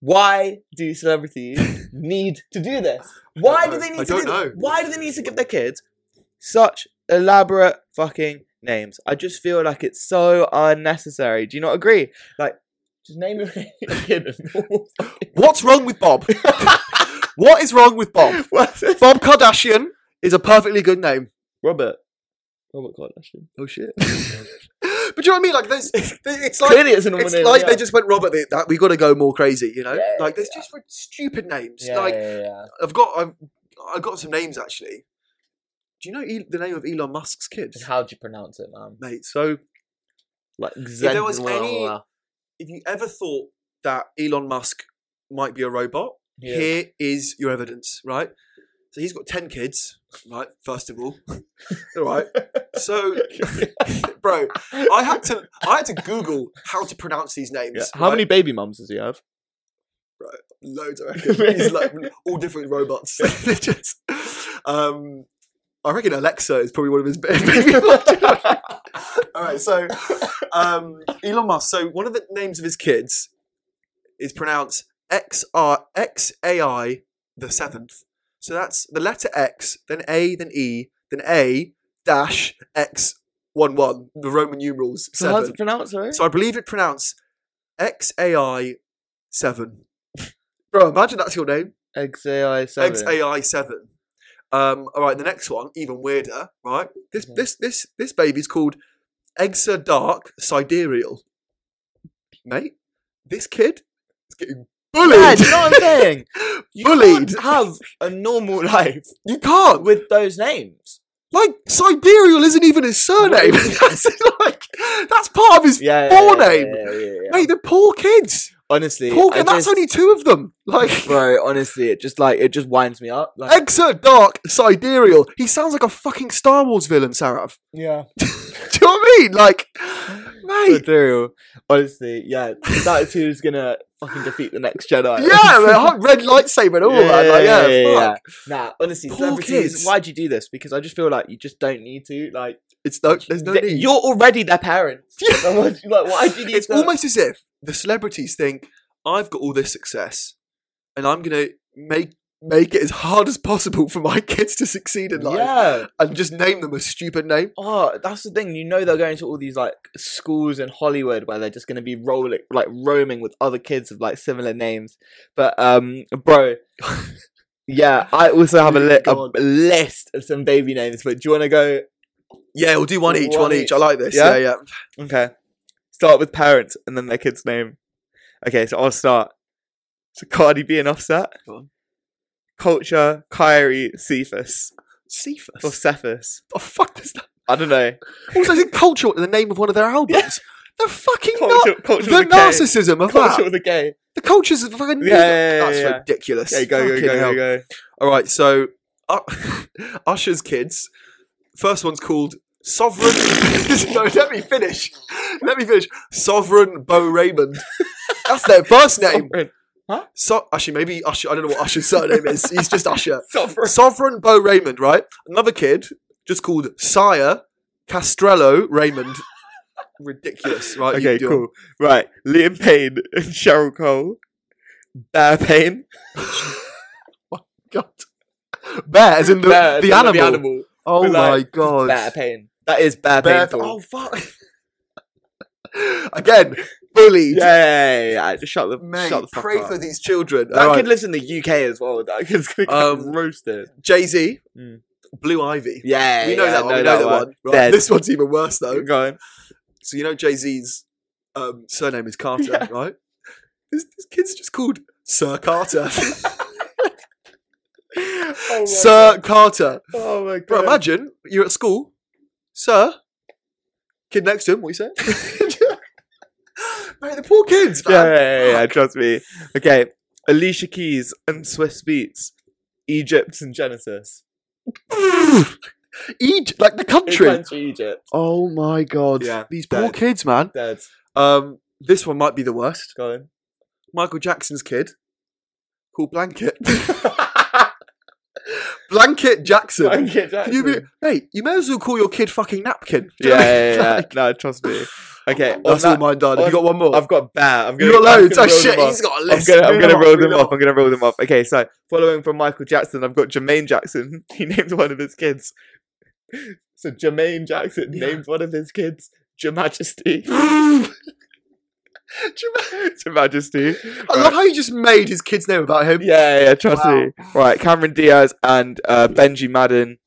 [SPEAKER 1] Why do celebrities need to do this? Why do
[SPEAKER 2] know.
[SPEAKER 1] they need
[SPEAKER 2] I
[SPEAKER 1] to
[SPEAKER 2] don't
[SPEAKER 1] do this?
[SPEAKER 2] know.
[SPEAKER 1] Why do they need to give their kids such elaborate fucking names? I just feel like it's so unnecessary. Do you not agree? Like, just name your kid. a normal fucking-
[SPEAKER 2] What's wrong with Bob? what is wrong with Bob?
[SPEAKER 1] What's it?
[SPEAKER 2] Bob Kardashian is a perfectly good name.
[SPEAKER 1] Robert. Robert Kardashian.
[SPEAKER 2] Oh shit! but do you know what I mean? Like, there's, it's like
[SPEAKER 1] Clearly, it's a normal
[SPEAKER 2] It's
[SPEAKER 1] name.
[SPEAKER 2] like
[SPEAKER 1] yeah.
[SPEAKER 2] they just went Robert. They, that we got to go more crazy, you know.
[SPEAKER 1] Yeah,
[SPEAKER 2] like there's just like, stupid names.
[SPEAKER 1] Yeah,
[SPEAKER 2] like
[SPEAKER 1] yeah, yeah.
[SPEAKER 2] I've got I've, I've got some names actually. Do you know E- the name of Elon Musk's kid,
[SPEAKER 1] And How do you pronounce it, man?
[SPEAKER 2] mate? So
[SPEAKER 1] Like,
[SPEAKER 2] there was any- if you ever thought that Elon Musk might be a robot,
[SPEAKER 1] Yeah.
[SPEAKER 2] here is your evidence, right? So he's got ten kids, right? First of all, all right. So, bro, I had to I had to Google how to pronounce these names.
[SPEAKER 1] Yeah. How
[SPEAKER 2] right?
[SPEAKER 1] many baby mums does he have?
[SPEAKER 2] loads. I reckon he's like all different robots. They're just, um, I reckon Alexa is probably one of his baby. all right, so um, Elon Musk. So one of the names of his kids is pronounced X R X A I the seventh. So that's the letter X, then A, then E, then A dash X one one. The Roman numerals
[SPEAKER 1] So how's
[SPEAKER 2] seven.
[SPEAKER 1] it pronounced, sorry?
[SPEAKER 2] So I believe it pronounced XAI seven. Bro, imagine that's your name.
[SPEAKER 1] XAI7.
[SPEAKER 2] XAI seven. Um, all right, the next one, even weirder, right? This
[SPEAKER 1] Mhm.
[SPEAKER 2] this this this baby's called Exa Dark Sidereal. Mate, this kid is getting bullied.
[SPEAKER 1] Yeah, do you know what I'm saying? You
[SPEAKER 2] bullied.
[SPEAKER 1] can't have a normal life
[SPEAKER 2] You can't.
[SPEAKER 1] with those names.
[SPEAKER 2] Like Sidereal isn't even his surname. that's like that's part of his
[SPEAKER 1] Yeah.
[SPEAKER 2] Poor name.
[SPEAKER 1] yeah, yeah, yeah.
[SPEAKER 2] Mate, the poor kids.
[SPEAKER 1] honestly,
[SPEAKER 2] Poor,
[SPEAKER 1] I
[SPEAKER 2] and that's
[SPEAKER 1] just-
[SPEAKER 2] only two of them. Like
[SPEAKER 1] bro. Honestly, it just like it just winds me up. Like,
[SPEAKER 2] Exert Dark Sidereal. He sounds like a fucking Star Wars villain, Sarav.
[SPEAKER 1] yeah.
[SPEAKER 2] Do you know what I mean? Like, mate.
[SPEAKER 1] Ethereal. Honestly, yeah. That is who's gonna fucking defeat the next Jedi.
[SPEAKER 2] Yeah, man, hot red lightsaber and all that. Like, yeah, fuck.
[SPEAKER 1] Nah, honestly,
[SPEAKER 2] Poor
[SPEAKER 1] celebrities.
[SPEAKER 2] kids.
[SPEAKER 1] Why'd you do this? Because I just feel like you just don't need to. Like,
[SPEAKER 2] It's no, there's no
[SPEAKER 1] th-
[SPEAKER 2] need.
[SPEAKER 1] you're already their parents. Like, what- like, why do you need
[SPEAKER 2] It's
[SPEAKER 1] to?
[SPEAKER 2] almost as if the celebrities think I've got all this success, and I'm gonna make make it as hard as possible for my kids to succeed in life
[SPEAKER 1] Yeah.
[SPEAKER 2] and just name them a stupid name.
[SPEAKER 1] Oh, that's the thing. You know they're going to all these like schools in Hollywood where they're just going to be rolling, like roaming with other kids of like similar names. But um, bro, yeah, I also have a, li- a
[SPEAKER 2] Go on.
[SPEAKER 1] list of some baby names. But do you want to go?
[SPEAKER 2] Yeah, we'll do one each, one,
[SPEAKER 1] One
[SPEAKER 2] each.
[SPEAKER 1] each.
[SPEAKER 2] I like this.
[SPEAKER 1] Yeah?
[SPEAKER 2] Yeah, yeah.
[SPEAKER 1] Okay, start with parents and then their kid's name. Okay, so I'll start. So Cardi B and Offset.
[SPEAKER 2] Go on.
[SPEAKER 1] Culture, Kyrie, Cephas
[SPEAKER 2] Cephas.
[SPEAKER 1] or
[SPEAKER 2] What
[SPEAKER 1] Cephas.
[SPEAKER 2] the fuck does that?
[SPEAKER 1] I don't know.
[SPEAKER 2] Also, is it culture in the name of one of their albums? They're fucking
[SPEAKER 1] Culture,
[SPEAKER 2] not.
[SPEAKER 1] culture
[SPEAKER 2] The
[SPEAKER 1] with a K.
[SPEAKER 2] narcissism of
[SPEAKER 1] Culture
[SPEAKER 2] that.
[SPEAKER 1] with a K.
[SPEAKER 2] The culture's fucking.
[SPEAKER 1] Yeah, yeah,
[SPEAKER 2] That's
[SPEAKER 1] yeah, yeah.
[SPEAKER 2] ridiculous.
[SPEAKER 1] Okay, go, go,
[SPEAKER 2] Fucking
[SPEAKER 1] go,
[SPEAKER 2] hell.
[SPEAKER 1] go, go.
[SPEAKER 2] All right, so uh, Usher's kids. First one's called Sovereign. no, let me finish. Let me finish. Sovereign Bo Raymond. That's their first name.
[SPEAKER 1] Sovereign.
[SPEAKER 2] So actually, maybe Usher. I don't know what Usher's surname is. He's just Usher.
[SPEAKER 1] Sovereign.
[SPEAKER 2] Sovereign Bo Raymond, right? Another kid, just called Sire Castrello Raymond. Ridiculous, right? You
[SPEAKER 1] Okay,
[SPEAKER 2] do it.
[SPEAKER 1] cool. Right. Liam Payne and Cheryl Cole. Bear Payne.
[SPEAKER 2] God. Bear, as in the,
[SPEAKER 1] Bear,
[SPEAKER 2] the,
[SPEAKER 1] so
[SPEAKER 2] animal.
[SPEAKER 1] The animal.
[SPEAKER 2] Oh
[SPEAKER 1] But,
[SPEAKER 2] my
[SPEAKER 1] like,
[SPEAKER 2] god.
[SPEAKER 1] Bear Payne. That is Bear,
[SPEAKER 2] Bear-
[SPEAKER 1] Payne.
[SPEAKER 2] oh fuck. Again, bullied.
[SPEAKER 1] Yeah, yeah, yeah, yeah, yeah. Shut the,
[SPEAKER 2] Mate,
[SPEAKER 1] shut the fuck
[SPEAKER 2] pray
[SPEAKER 1] up.
[SPEAKER 2] for these children.
[SPEAKER 1] that kid lives in the UK as well. That kid's gonna get
[SPEAKER 2] Um,
[SPEAKER 1] roasted.
[SPEAKER 2] Jay Z,
[SPEAKER 1] Mm.
[SPEAKER 2] Blue Ivy.
[SPEAKER 1] Yeah,
[SPEAKER 2] we know
[SPEAKER 1] yeah,
[SPEAKER 2] that one.
[SPEAKER 1] I
[SPEAKER 2] we know that one. Right,
[SPEAKER 1] Dead.
[SPEAKER 2] This one's even worse though.
[SPEAKER 1] Go on.
[SPEAKER 2] So you know Jay Z's um, surname is Carter,
[SPEAKER 1] Yeah.
[SPEAKER 2] right? This, this kid's just called Sir Carter.
[SPEAKER 1] Oh my
[SPEAKER 2] Sir
[SPEAKER 1] God.
[SPEAKER 2] Carter.
[SPEAKER 1] Oh my god.
[SPEAKER 2] Bro, imagine you're at school, Sir. Kid next to him, what you say? Mate, the poor kids. Man.
[SPEAKER 1] yeah, yeah, yeah, yeah, trust me. Okay. Alicia Keys and Swiss Beats. Egypt and Genesis.
[SPEAKER 2] Egypt, like the
[SPEAKER 1] In
[SPEAKER 2] country.
[SPEAKER 1] country Egypt.
[SPEAKER 2] Oh my god.
[SPEAKER 1] Yeah,
[SPEAKER 2] These poor
[SPEAKER 1] dead.
[SPEAKER 2] kids, man.
[SPEAKER 1] Dead.
[SPEAKER 2] Um, this one might be the worst.
[SPEAKER 1] Go on.
[SPEAKER 2] Michael Jackson's kid called Blanket. Blanket Jackson.
[SPEAKER 1] Blanket
[SPEAKER 2] Can you be,
[SPEAKER 1] Jackson.
[SPEAKER 2] mate, you may as well call your kid fucking Napkin. Do you know
[SPEAKER 1] yeah,
[SPEAKER 2] what I
[SPEAKER 1] yeah,
[SPEAKER 2] mean?
[SPEAKER 1] yeah.
[SPEAKER 2] Like,
[SPEAKER 1] no, trust me. Okay, on
[SPEAKER 2] that's all
[SPEAKER 1] that,
[SPEAKER 2] mine done. Have you
[SPEAKER 1] on-
[SPEAKER 2] got one more?
[SPEAKER 1] I've got Bear. I'm
[SPEAKER 2] you
[SPEAKER 1] gonna,
[SPEAKER 2] got
[SPEAKER 1] I'm
[SPEAKER 2] loads.
[SPEAKER 1] gonna
[SPEAKER 2] Oh
[SPEAKER 1] roll
[SPEAKER 2] shit,
[SPEAKER 1] them
[SPEAKER 2] he's
[SPEAKER 1] off.
[SPEAKER 2] got a
[SPEAKER 1] I'm
[SPEAKER 2] list.
[SPEAKER 1] gonna, I'm
[SPEAKER 2] Read
[SPEAKER 1] gonna
[SPEAKER 2] off,
[SPEAKER 1] roll
[SPEAKER 2] read
[SPEAKER 1] them
[SPEAKER 2] off.
[SPEAKER 1] off. I'm gonna roll them off. Okay, so following from Michael Jackson, I've got Jermaine Jackson. He named one of his kids. So Jermaine Jackson
[SPEAKER 2] Yeah.
[SPEAKER 1] named one of his kids Your Majesty. Your Majesty.
[SPEAKER 2] I love how you just made his kid's name about him.
[SPEAKER 1] Yeah, yeah, trust
[SPEAKER 2] Wow.
[SPEAKER 1] me. Right, Cameron Diaz and uh, Benji Madden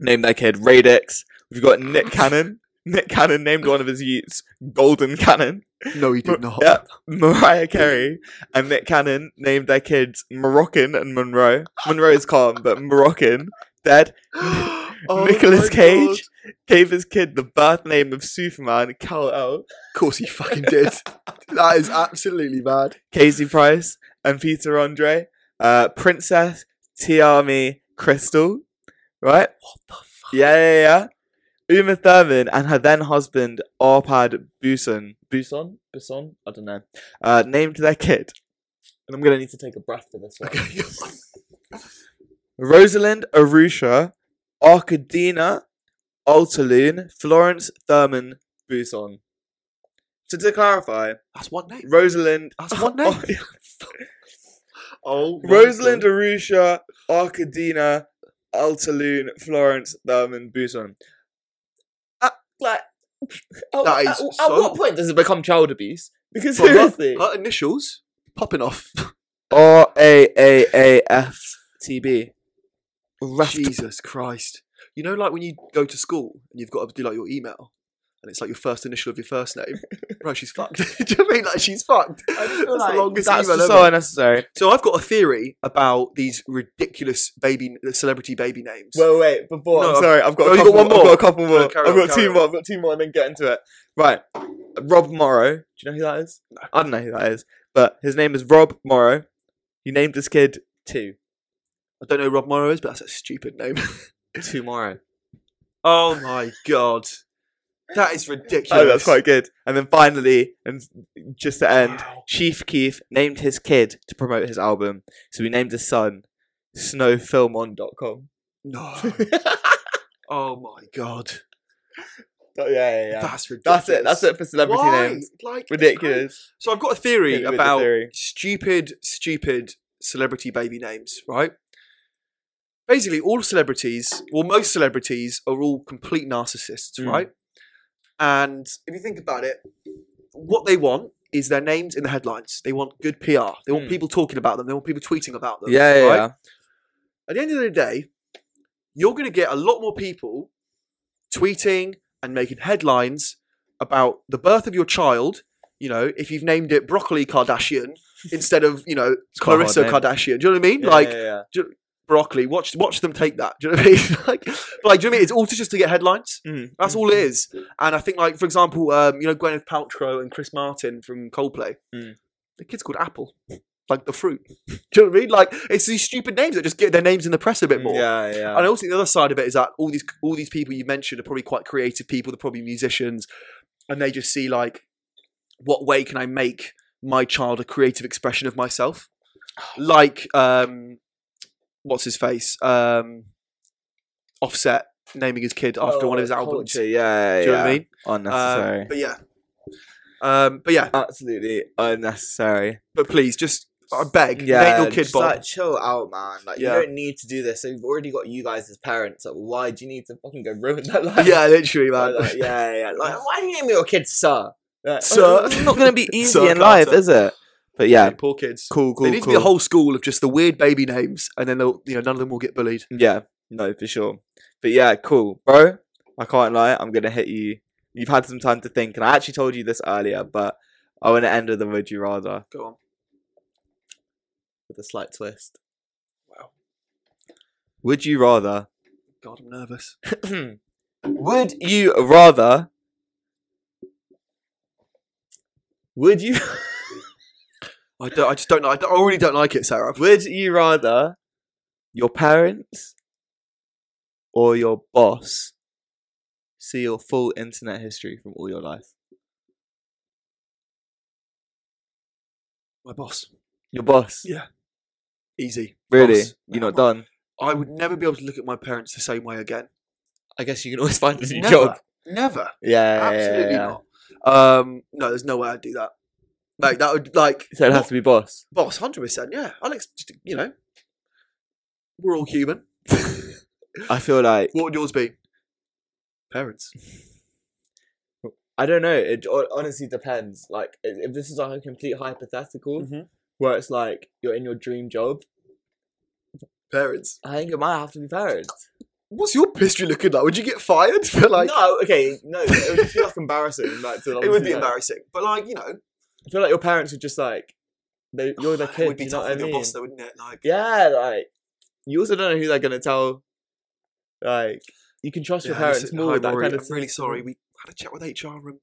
[SPEAKER 1] named their kid Radix. We've got Nick Cannon. Nick Cannon named one of his youths Golden Cannon.
[SPEAKER 2] No, he did
[SPEAKER 1] Bro,
[SPEAKER 2] not.
[SPEAKER 1] yeah. Mariah Carey and Nick Cannon named their kids Moroccan and Monroe. Monroe's calm, but Moroccan. Dead.
[SPEAKER 2] Oh
[SPEAKER 1] Nicolas
[SPEAKER 2] my
[SPEAKER 1] Cage
[SPEAKER 2] God.
[SPEAKER 1] gave his kid the birth name of Superman, Cal El,
[SPEAKER 2] Of course he fucking did. that is absolutely bad.
[SPEAKER 1] Casey Price, and Peter Andre. Uh, Princess Tiami Crystal. Right?
[SPEAKER 2] What the fuck?
[SPEAKER 1] Yeah, yeah, yeah. Uma Thurman and her then husband Arpad Buson, Buson, Buson, I don't know, uh, named their kid. And I'm gonna need to take a breath for this one.
[SPEAKER 2] Okay.
[SPEAKER 1] Rosalind Arusha, Arkadina Altaloon, Florence Thurman Buson. So to clarify,
[SPEAKER 2] That's one name.
[SPEAKER 1] Rosalind,
[SPEAKER 2] That's one name. Oh, my
[SPEAKER 1] Rosalind
[SPEAKER 2] God.
[SPEAKER 1] Arusha, Arkadina, Altaloon, Florence, Thurman, Buson. Uh, like, oh,
[SPEAKER 2] That is
[SPEAKER 1] at, at
[SPEAKER 2] so-
[SPEAKER 1] what point does it become child abuse? Because
[SPEAKER 2] Well, her-
[SPEAKER 1] seriously,
[SPEAKER 2] Her initials popping off.
[SPEAKER 1] R A A A F T B.
[SPEAKER 2] Jesus Christ. You know, like when you go to school and you've got to do like your email and it's like your first initial of your first name. Bro, she's fucked. do you know what I mean like she's fucked? That's the longest
[SPEAKER 1] That's
[SPEAKER 2] email
[SPEAKER 1] just so
[SPEAKER 2] ever.
[SPEAKER 1] unnecessary.
[SPEAKER 2] So I've got a theory about these ridiculous baby uh, celebrity baby names.
[SPEAKER 1] Well, wait, before
[SPEAKER 2] No,
[SPEAKER 1] I'm sorry, I've got a
[SPEAKER 2] oh, you
[SPEAKER 1] couple,
[SPEAKER 2] got one
[SPEAKER 1] I've
[SPEAKER 2] more?
[SPEAKER 1] got a couple more.
[SPEAKER 2] No, carry
[SPEAKER 1] I've
[SPEAKER 2] on,
[SPEAKER 1] got two
[SPEAKER 2] carry
[SPEAKER 1] more. I've got two more, and then get into it. Right, Rob Morrow. Do you know who that is? I don't know who that is, but his name is Rob Morrow. He named his kid Two
[SPEAKER 2] I don't know who Rob Morrow is, but that's a stupid name.
[SPEAKER 1] Tomorrow.
[SPEAKER 2] oh my god. That is ridiculous.
[SPEAKER 1] Oh, that's quite good. And then finally, and just to end,
[SPEAKER 2] Wow.
[SPEAKER 1] Chief Keef named his kid to promote his album, so he named his son Snowfilmon.com.
[SPEAKER 2] No.
[SPEAKER 1] oh,
[SPEAKER 2] Oh my god.
[SPEAKER 1] yeah, yeah, yeah.
[SPEAKER 2] That's ridiculous.
[SPEAKER 1] That's it. That's it for celebrity
[SPEAKER 2] Why?
[SPEAKER 1] names.
[SPEAKER 2] Like it's crazy.
[SPEAKER 1] Ridiculous.
[SPEAKER 2] So I've got a theory
[SPEAKER 1] Hit me with the
[SPEAKER 2] about
[SPEAKER 1] theory.
[SPEAKER 2] stupid, stupid celebrity baby names, right? basically all celebrities, well, most celebrities are all complete narcissists,
[SPEAKER 1] Mm.
[SPEAKER 2] right? And if you think about it, what they want is their names in the headlines. They want good PR. They want
[SPEAKER 1] Mm.
[SPEAKER 2] people talking about them. They want people tweeting about them.
[SPEAKER 1] Yeah, yeah,
[SPEAKER 2] right?
[SPEAKER 1] yeah.
[SPEAKER 2] At the end of the day, you're going to get a lot more people tweeting and making headlines about the birth of your child. You know, if you've named it Broccoli Kardashian instead of you know
[SPEAKER 1] quite a hard
[SPEAKER 2] Clarissa
[SPEAKER 1] name.
[SPEAKER 2] Kardashian. Do you know what I mean?
[SPEAKER 1] Yeah,
[SPEAKER 2] like
[SPEAKER 1] yeah, yeah.
[SPEAKER 2] broccoli. Watch watch them take that. Do you know what I mean? like, but, like, do you know what I mean? It's all to just to get headlines.
[SPEAKER 1] Mm.
[SPEAKER 2] That's all it is. And I think, like for example, um, you know Gwyneth Paltrow and Chris Martin from Coldplay.
[SPEAKER 1] Mm.
[SPEAKER 2] The kid's called Apple, like the fruit. do you know what I mean? Like it's these stupid names that just get their names in the press a bit more.
[SPEAKER 1] Mm, Hmm, Yeah, yeah.
[SPEAKER 2] And I also think the other side of it is that all these all these people you mentioned are probably quite creative people. They're probably musicians, and they just see like, what way can I make my child a creative expression of myself? Like, um, what's his face? Um, Offset naming his kid after one
[SPEAKER 1] one
[SPEAKER 2] of his albums.
[SPEAKER 1] Oh, Yeah, yeah,
[SPEAKER 2] Do you know what I
[SPEAKER 1] yeah.
[SPEAKER 2] mean?
[SPEAKER 1] Unnecessary.
[SPEAKER 2] Um, but yeah, um, but yeah.
[SPEAKER 1] Absolutely unnecessary.
[SPEAKER 2] But please, just I beg,
[SPEAKER 1] Yeah,
[SPEAKER 2] name your kid
[SPEAKER 1] just,
[SPEAKER 2] Bob.
[SPEAKER 1] like chill out, man. Like
[SPEAKER 2] Yeah.
[SPEAKER 1] you don't need to do this. So we've already got you guys as parents. Like, why do you need to fucking go ruin that life?
[SPEAKER 2] yeah, literally,
[SPEAKER 1] Like,
[SPEAKER 2] man.
[SPEAKER 1] like, yeah, yeah. yeah. Like, why do you name your kid sir? Like,
[SPEAKER 2] Sir.
[SPEAKER 1] it's not gonna be easy
[SPEAKER 2] Sir
[SPEAKER 1] in life,
[SPEAKER 2] Carter.
[SPEAKER 1] is it? But yeah,
[SPEAKER 2] poor kids.
[SPEAKER 1] cool, cool,
[SPEAKER 2] There needs
[SPEAKER 1] cool.
[SPEAKER 2] to be a whole school of just the weird baby names, and then they'll, you know, none of them will get bullied.
[SPEAKER 1] Yeah, no, for sure. But yeah, cool, bro. I can't lie. I'm gonna hit you. You've had some time to think, and I actually told you this earlier, but I want to end with a would you rather
[SPEAKER 2] Go on.
[SPEAKER 1] with a slight twist.
[SPEAKER 2] Wow.
[SPEAKER 1] Would you rather?
[SPEAKER 2] God, I'm nervous.
[SPEAKER 1] would you rather? Would you?
[SPEAKER 2] I don't. I just don't. like- I, don't, I already don't like it, Sarah.
[SPEAKER 1] Would you rather your parents or your boss see your full internet history from all your life?
[SPEAKER 2] My boss.
[SPEAKER 1] Your boss.
[SPEAKER 2] Easy.
[SPEAKER 1] Really?
[SPEAKER 2] Boss.
[SPEAKER 1] You're not done.
[SPEAKER 2] I would never be able to look at my parents the same way again.
[SPEAKER 1] I guess you can always find a new
[SPEAKER 2] Never.
[SPEAKER 1] job.
[SPEAKER 2] Never.
[SPEAKER 1] Yeah, yeah,
[SPEAKER 2] Absolutely
[SPEAKER 1] yeah.
[SPEAKER 2] not. Um, no, there's no way I'd do that. Like that would like
[SPEAKER 1] So it has to be boss.
[SPEAKER 2] boss, hundred percent. Yeah, Alex. Just, you know, we're all human.
[SPEAKER 1] I feel like
[SPEAKER 2] What would yours be? Parents.
[SPEAKER 1] I don't know. It ho- honestly depends. Like i- if this is like a complete hypothetical,
[SPEAKER 2] Mhm.
[SPEAKER 1] where it's like you're in your dream job,
[SPEAKER 2] Parents.
[SPEAKER 1] I think it might have to be parents.
[SPEAKER 2] What's your history looking like? Would you get fired for like?
[SPEAKER 1] no, okay, no, it would just be like embarrassing. Like to
[SPEAKER 2] It would be
[SPEAKER 1] obviously, like-
[SPEAKER 2] embarrassing, but like you know,
[SPEAKER 1] I feel like your parents would just like they, you're the
[SPEAKER 2] it
[SPEAKER 1] kid.
[SPEAKER 2] would be
[SPEAKER 1] you know
[SPEAKER 2] tough
[SPEAKER 1] what I
[SPEAKER 2] with your
[SPEAKER 1] mean?
[SPEAKER 2] boss, though, wouldn't it? Like,
[SPEAKER 1] yeah, like you also don't know who they're gonna tell. Like you can trust your
[SPEAKER 2] Yeah,
[SPEAKER 1] parents
[SPEAKER 2] listen,
[SPEAKER 1] more.
[SPEAKER 2] hi,
[SPEAKER 1] with that
[SPEAKER 2] Rory,
[SPEAKER 1] kind of
[SPEAKER 2] I'm really
[SPEAKER 1] system.
[SPEAKER 2] sorry. We had a chat with HR and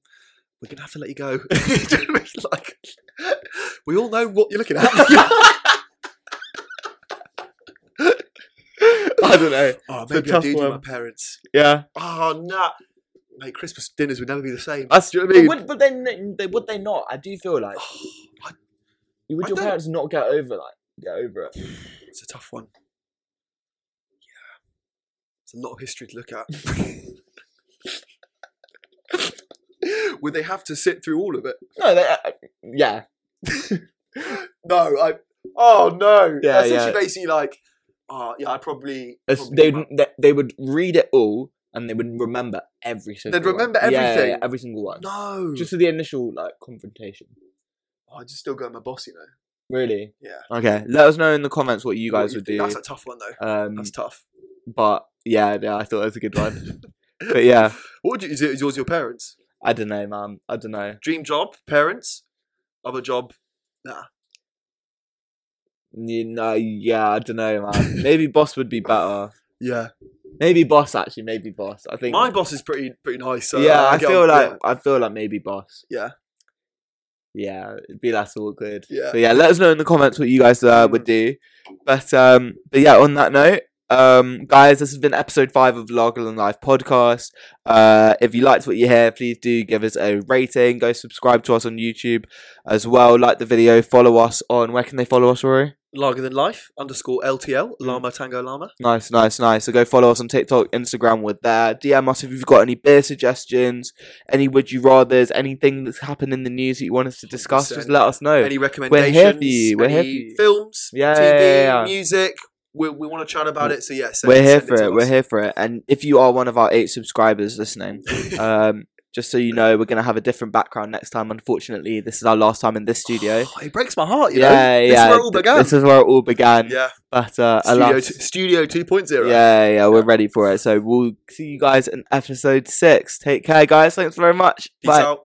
[SPEAKER 2] we're gonna have to let you go. Do you know what I mean? like, we all know what you're looking at.
[SPEAKER 1] I don't know.
[SPEAKER 2] oh,
[SPEAKER 1] It's a
[SPEAKER 2] maybe I
[SPEAKER 1] tough
[SPEAKER 2] do do my
[SPEAKER 1] one.
[SPEAKER 2] parents.
[SPEAKER 1] Yeah,
[SPEAKER 2] Oh no, mate, Christmas dinners would never be the same.
[SPEAKER 1] that's do you know what I
[SPEAKER 2] But
[SPEAKER 1] mean.
[SPEAKER 2] would-
[SPEAKER 1] But, then they would they not? I do feel like
[SPEAKER 2] Oh.
[SPEAKER 1] would
[SPEAKER 2] I
[SPEAKER 1] your
[SPEAKER 2] don't-
[SPEAKER 1] parents not get over like get over it?
[SPEAKER 2] it's a tough one. Yeah, it's a lot of history to look at. would they have to sit through all of it?
[SPEAKER 1] No, they, uh, yeah,
[SPEAKER 2] No, I. Oh no!
[SPEAKER 1] Yeah,
[SPEAKER 2] That's
[SPEAKER 1] yeah.
[SPEAKER 2] actually basically like. Oh yeah, I probably.
[SPEAKER 1] It's-
[SPEAKER 2] probably
[SPEAKER 1] they
[SPEAKER 2] not.
[SPEAKER 1] they they would read it all and they would remember every single. one.
[SPEAKER 2] remember
[SPEAKER 1] Yeah, yeah,
[SPEAKER 2] everything?
[SPEAKER 1] yeah, every single one.
[SPEAKER 2] No,
[SPEAKER 1] Just for the initial like confrontation.
[SPEAKER 2] Oh, I'd just still go with my boss. You know,
[SPEAKER 1] Really?
[SPEAKER 2] Yeah.
[SPEAKER 1] Okay. Let us know in the comments what you guys
[SPEAKER 2] What
[SPEAKER 1] would
[SPEAKER 2] think.
[SPEAKER 1] do.
[SPEAKER 2] That's a tough one though.
[SPEAKER 1] Um,
[SPEAKER 2] That's tough.
[SPEAKER 1] but yeah, yeah, I thought that was a good one. but yeah,
[SPEAKER 2] What would you, is, it, is yours? Your parents?
[SPEAKER 1] I don't know, man. I don't know.
[SPEAKER 2] Dream job? Parents? Other job?
[SPEAKER 1] You know, yeah, I don't know, man. Maybe boss would be better.
[SPEAKER 2] Yeah.
[SPEAKER 1] Maybe boss actually. Maybe boss. I think.
[SPEAKER 2] My boss is pretty pretty nice. So
[SPEAKER 1] yeah, I
[SPEAKER 2] get
[SPEAKER 1] feel
[SPEAKER 2] on-
[SPEAKER 1] like I feel like maybe boss.
[SPEAKER 2] Yeah.
[SPEAKER 1] Yeah, it'd be less awkward.
[SPEAKER 2] Yeah.
[SPEAKER 1] So yeah, let us know in the comments what you guys uh, would do. But um, but yeah, on that note, um, guys, this has been episode five of Logland Live podcast. Uh, if you liked what you hear, please do give us a rating. Go subscribe to us on YouTube as well. Like the video, follow us on. Where can they follow us, Rory?
[SPEAKER 2] Larger than life underscore LTL
[SPEAKER 1] Hmm.
[SPEAKER 2] Llama Tango Llama.
[SPEAKER 1] Nice, nice, nice. So go follow us on TikTok, Instagram. We're there. DM us if you've got any beer suggestions, any would you rather's, anything that's happened in the news that you want us to discuss. Just
[SPEAKER 2] 100%.
[SPEAKER 1] let us know.
[SPEAKER 2] Any recommendations?
[SPEAKER 1] you, Oh. we're here
[SPEAKER 2] any
[SPEAKER 1] for you.
[SPEAKER 2] films?
[SPEAKER 1] Yeah,
[SPEAKER 2] TV,
[SPEAKER 1] yeah, yeah, yeah.
[SPEAKER 2] music, we, we want to chat about it. So yes,
[SPEAKER 1] We're here for it. We're here for it. And if you are one of our eight subscribers listening,
[SPEAKER 2] here.
[SPEAKER 1] um, just so you know, we're going to have a different background next time. Unfortunately, this is our last time in this studio.
[SPEAKER 2] Oh, it breaks my heart. You
[SPEAKER 1] yeah,
[SPEAKER 2] know,
[SPEAKER 1] yeah.
[SPEAKER 2] this is where it all
[SPEAKER 1] th-
[SPEAKER 2] began.
[SPEAKER 1] This is where it all began.
[SPEAKER 2] yeah,
[SPEAKER 1] But uh,
[SPEAKER 2] studio,
[SPEAKER 1] alas,
[SPEAKER 2] t- studio two point zero.
[SPEAKER 1] yeah, yeah, we're ready for it. So we'll see you guys in episode six. Take care, guys. Thanks very much.
[SPEAKER 2] peace out.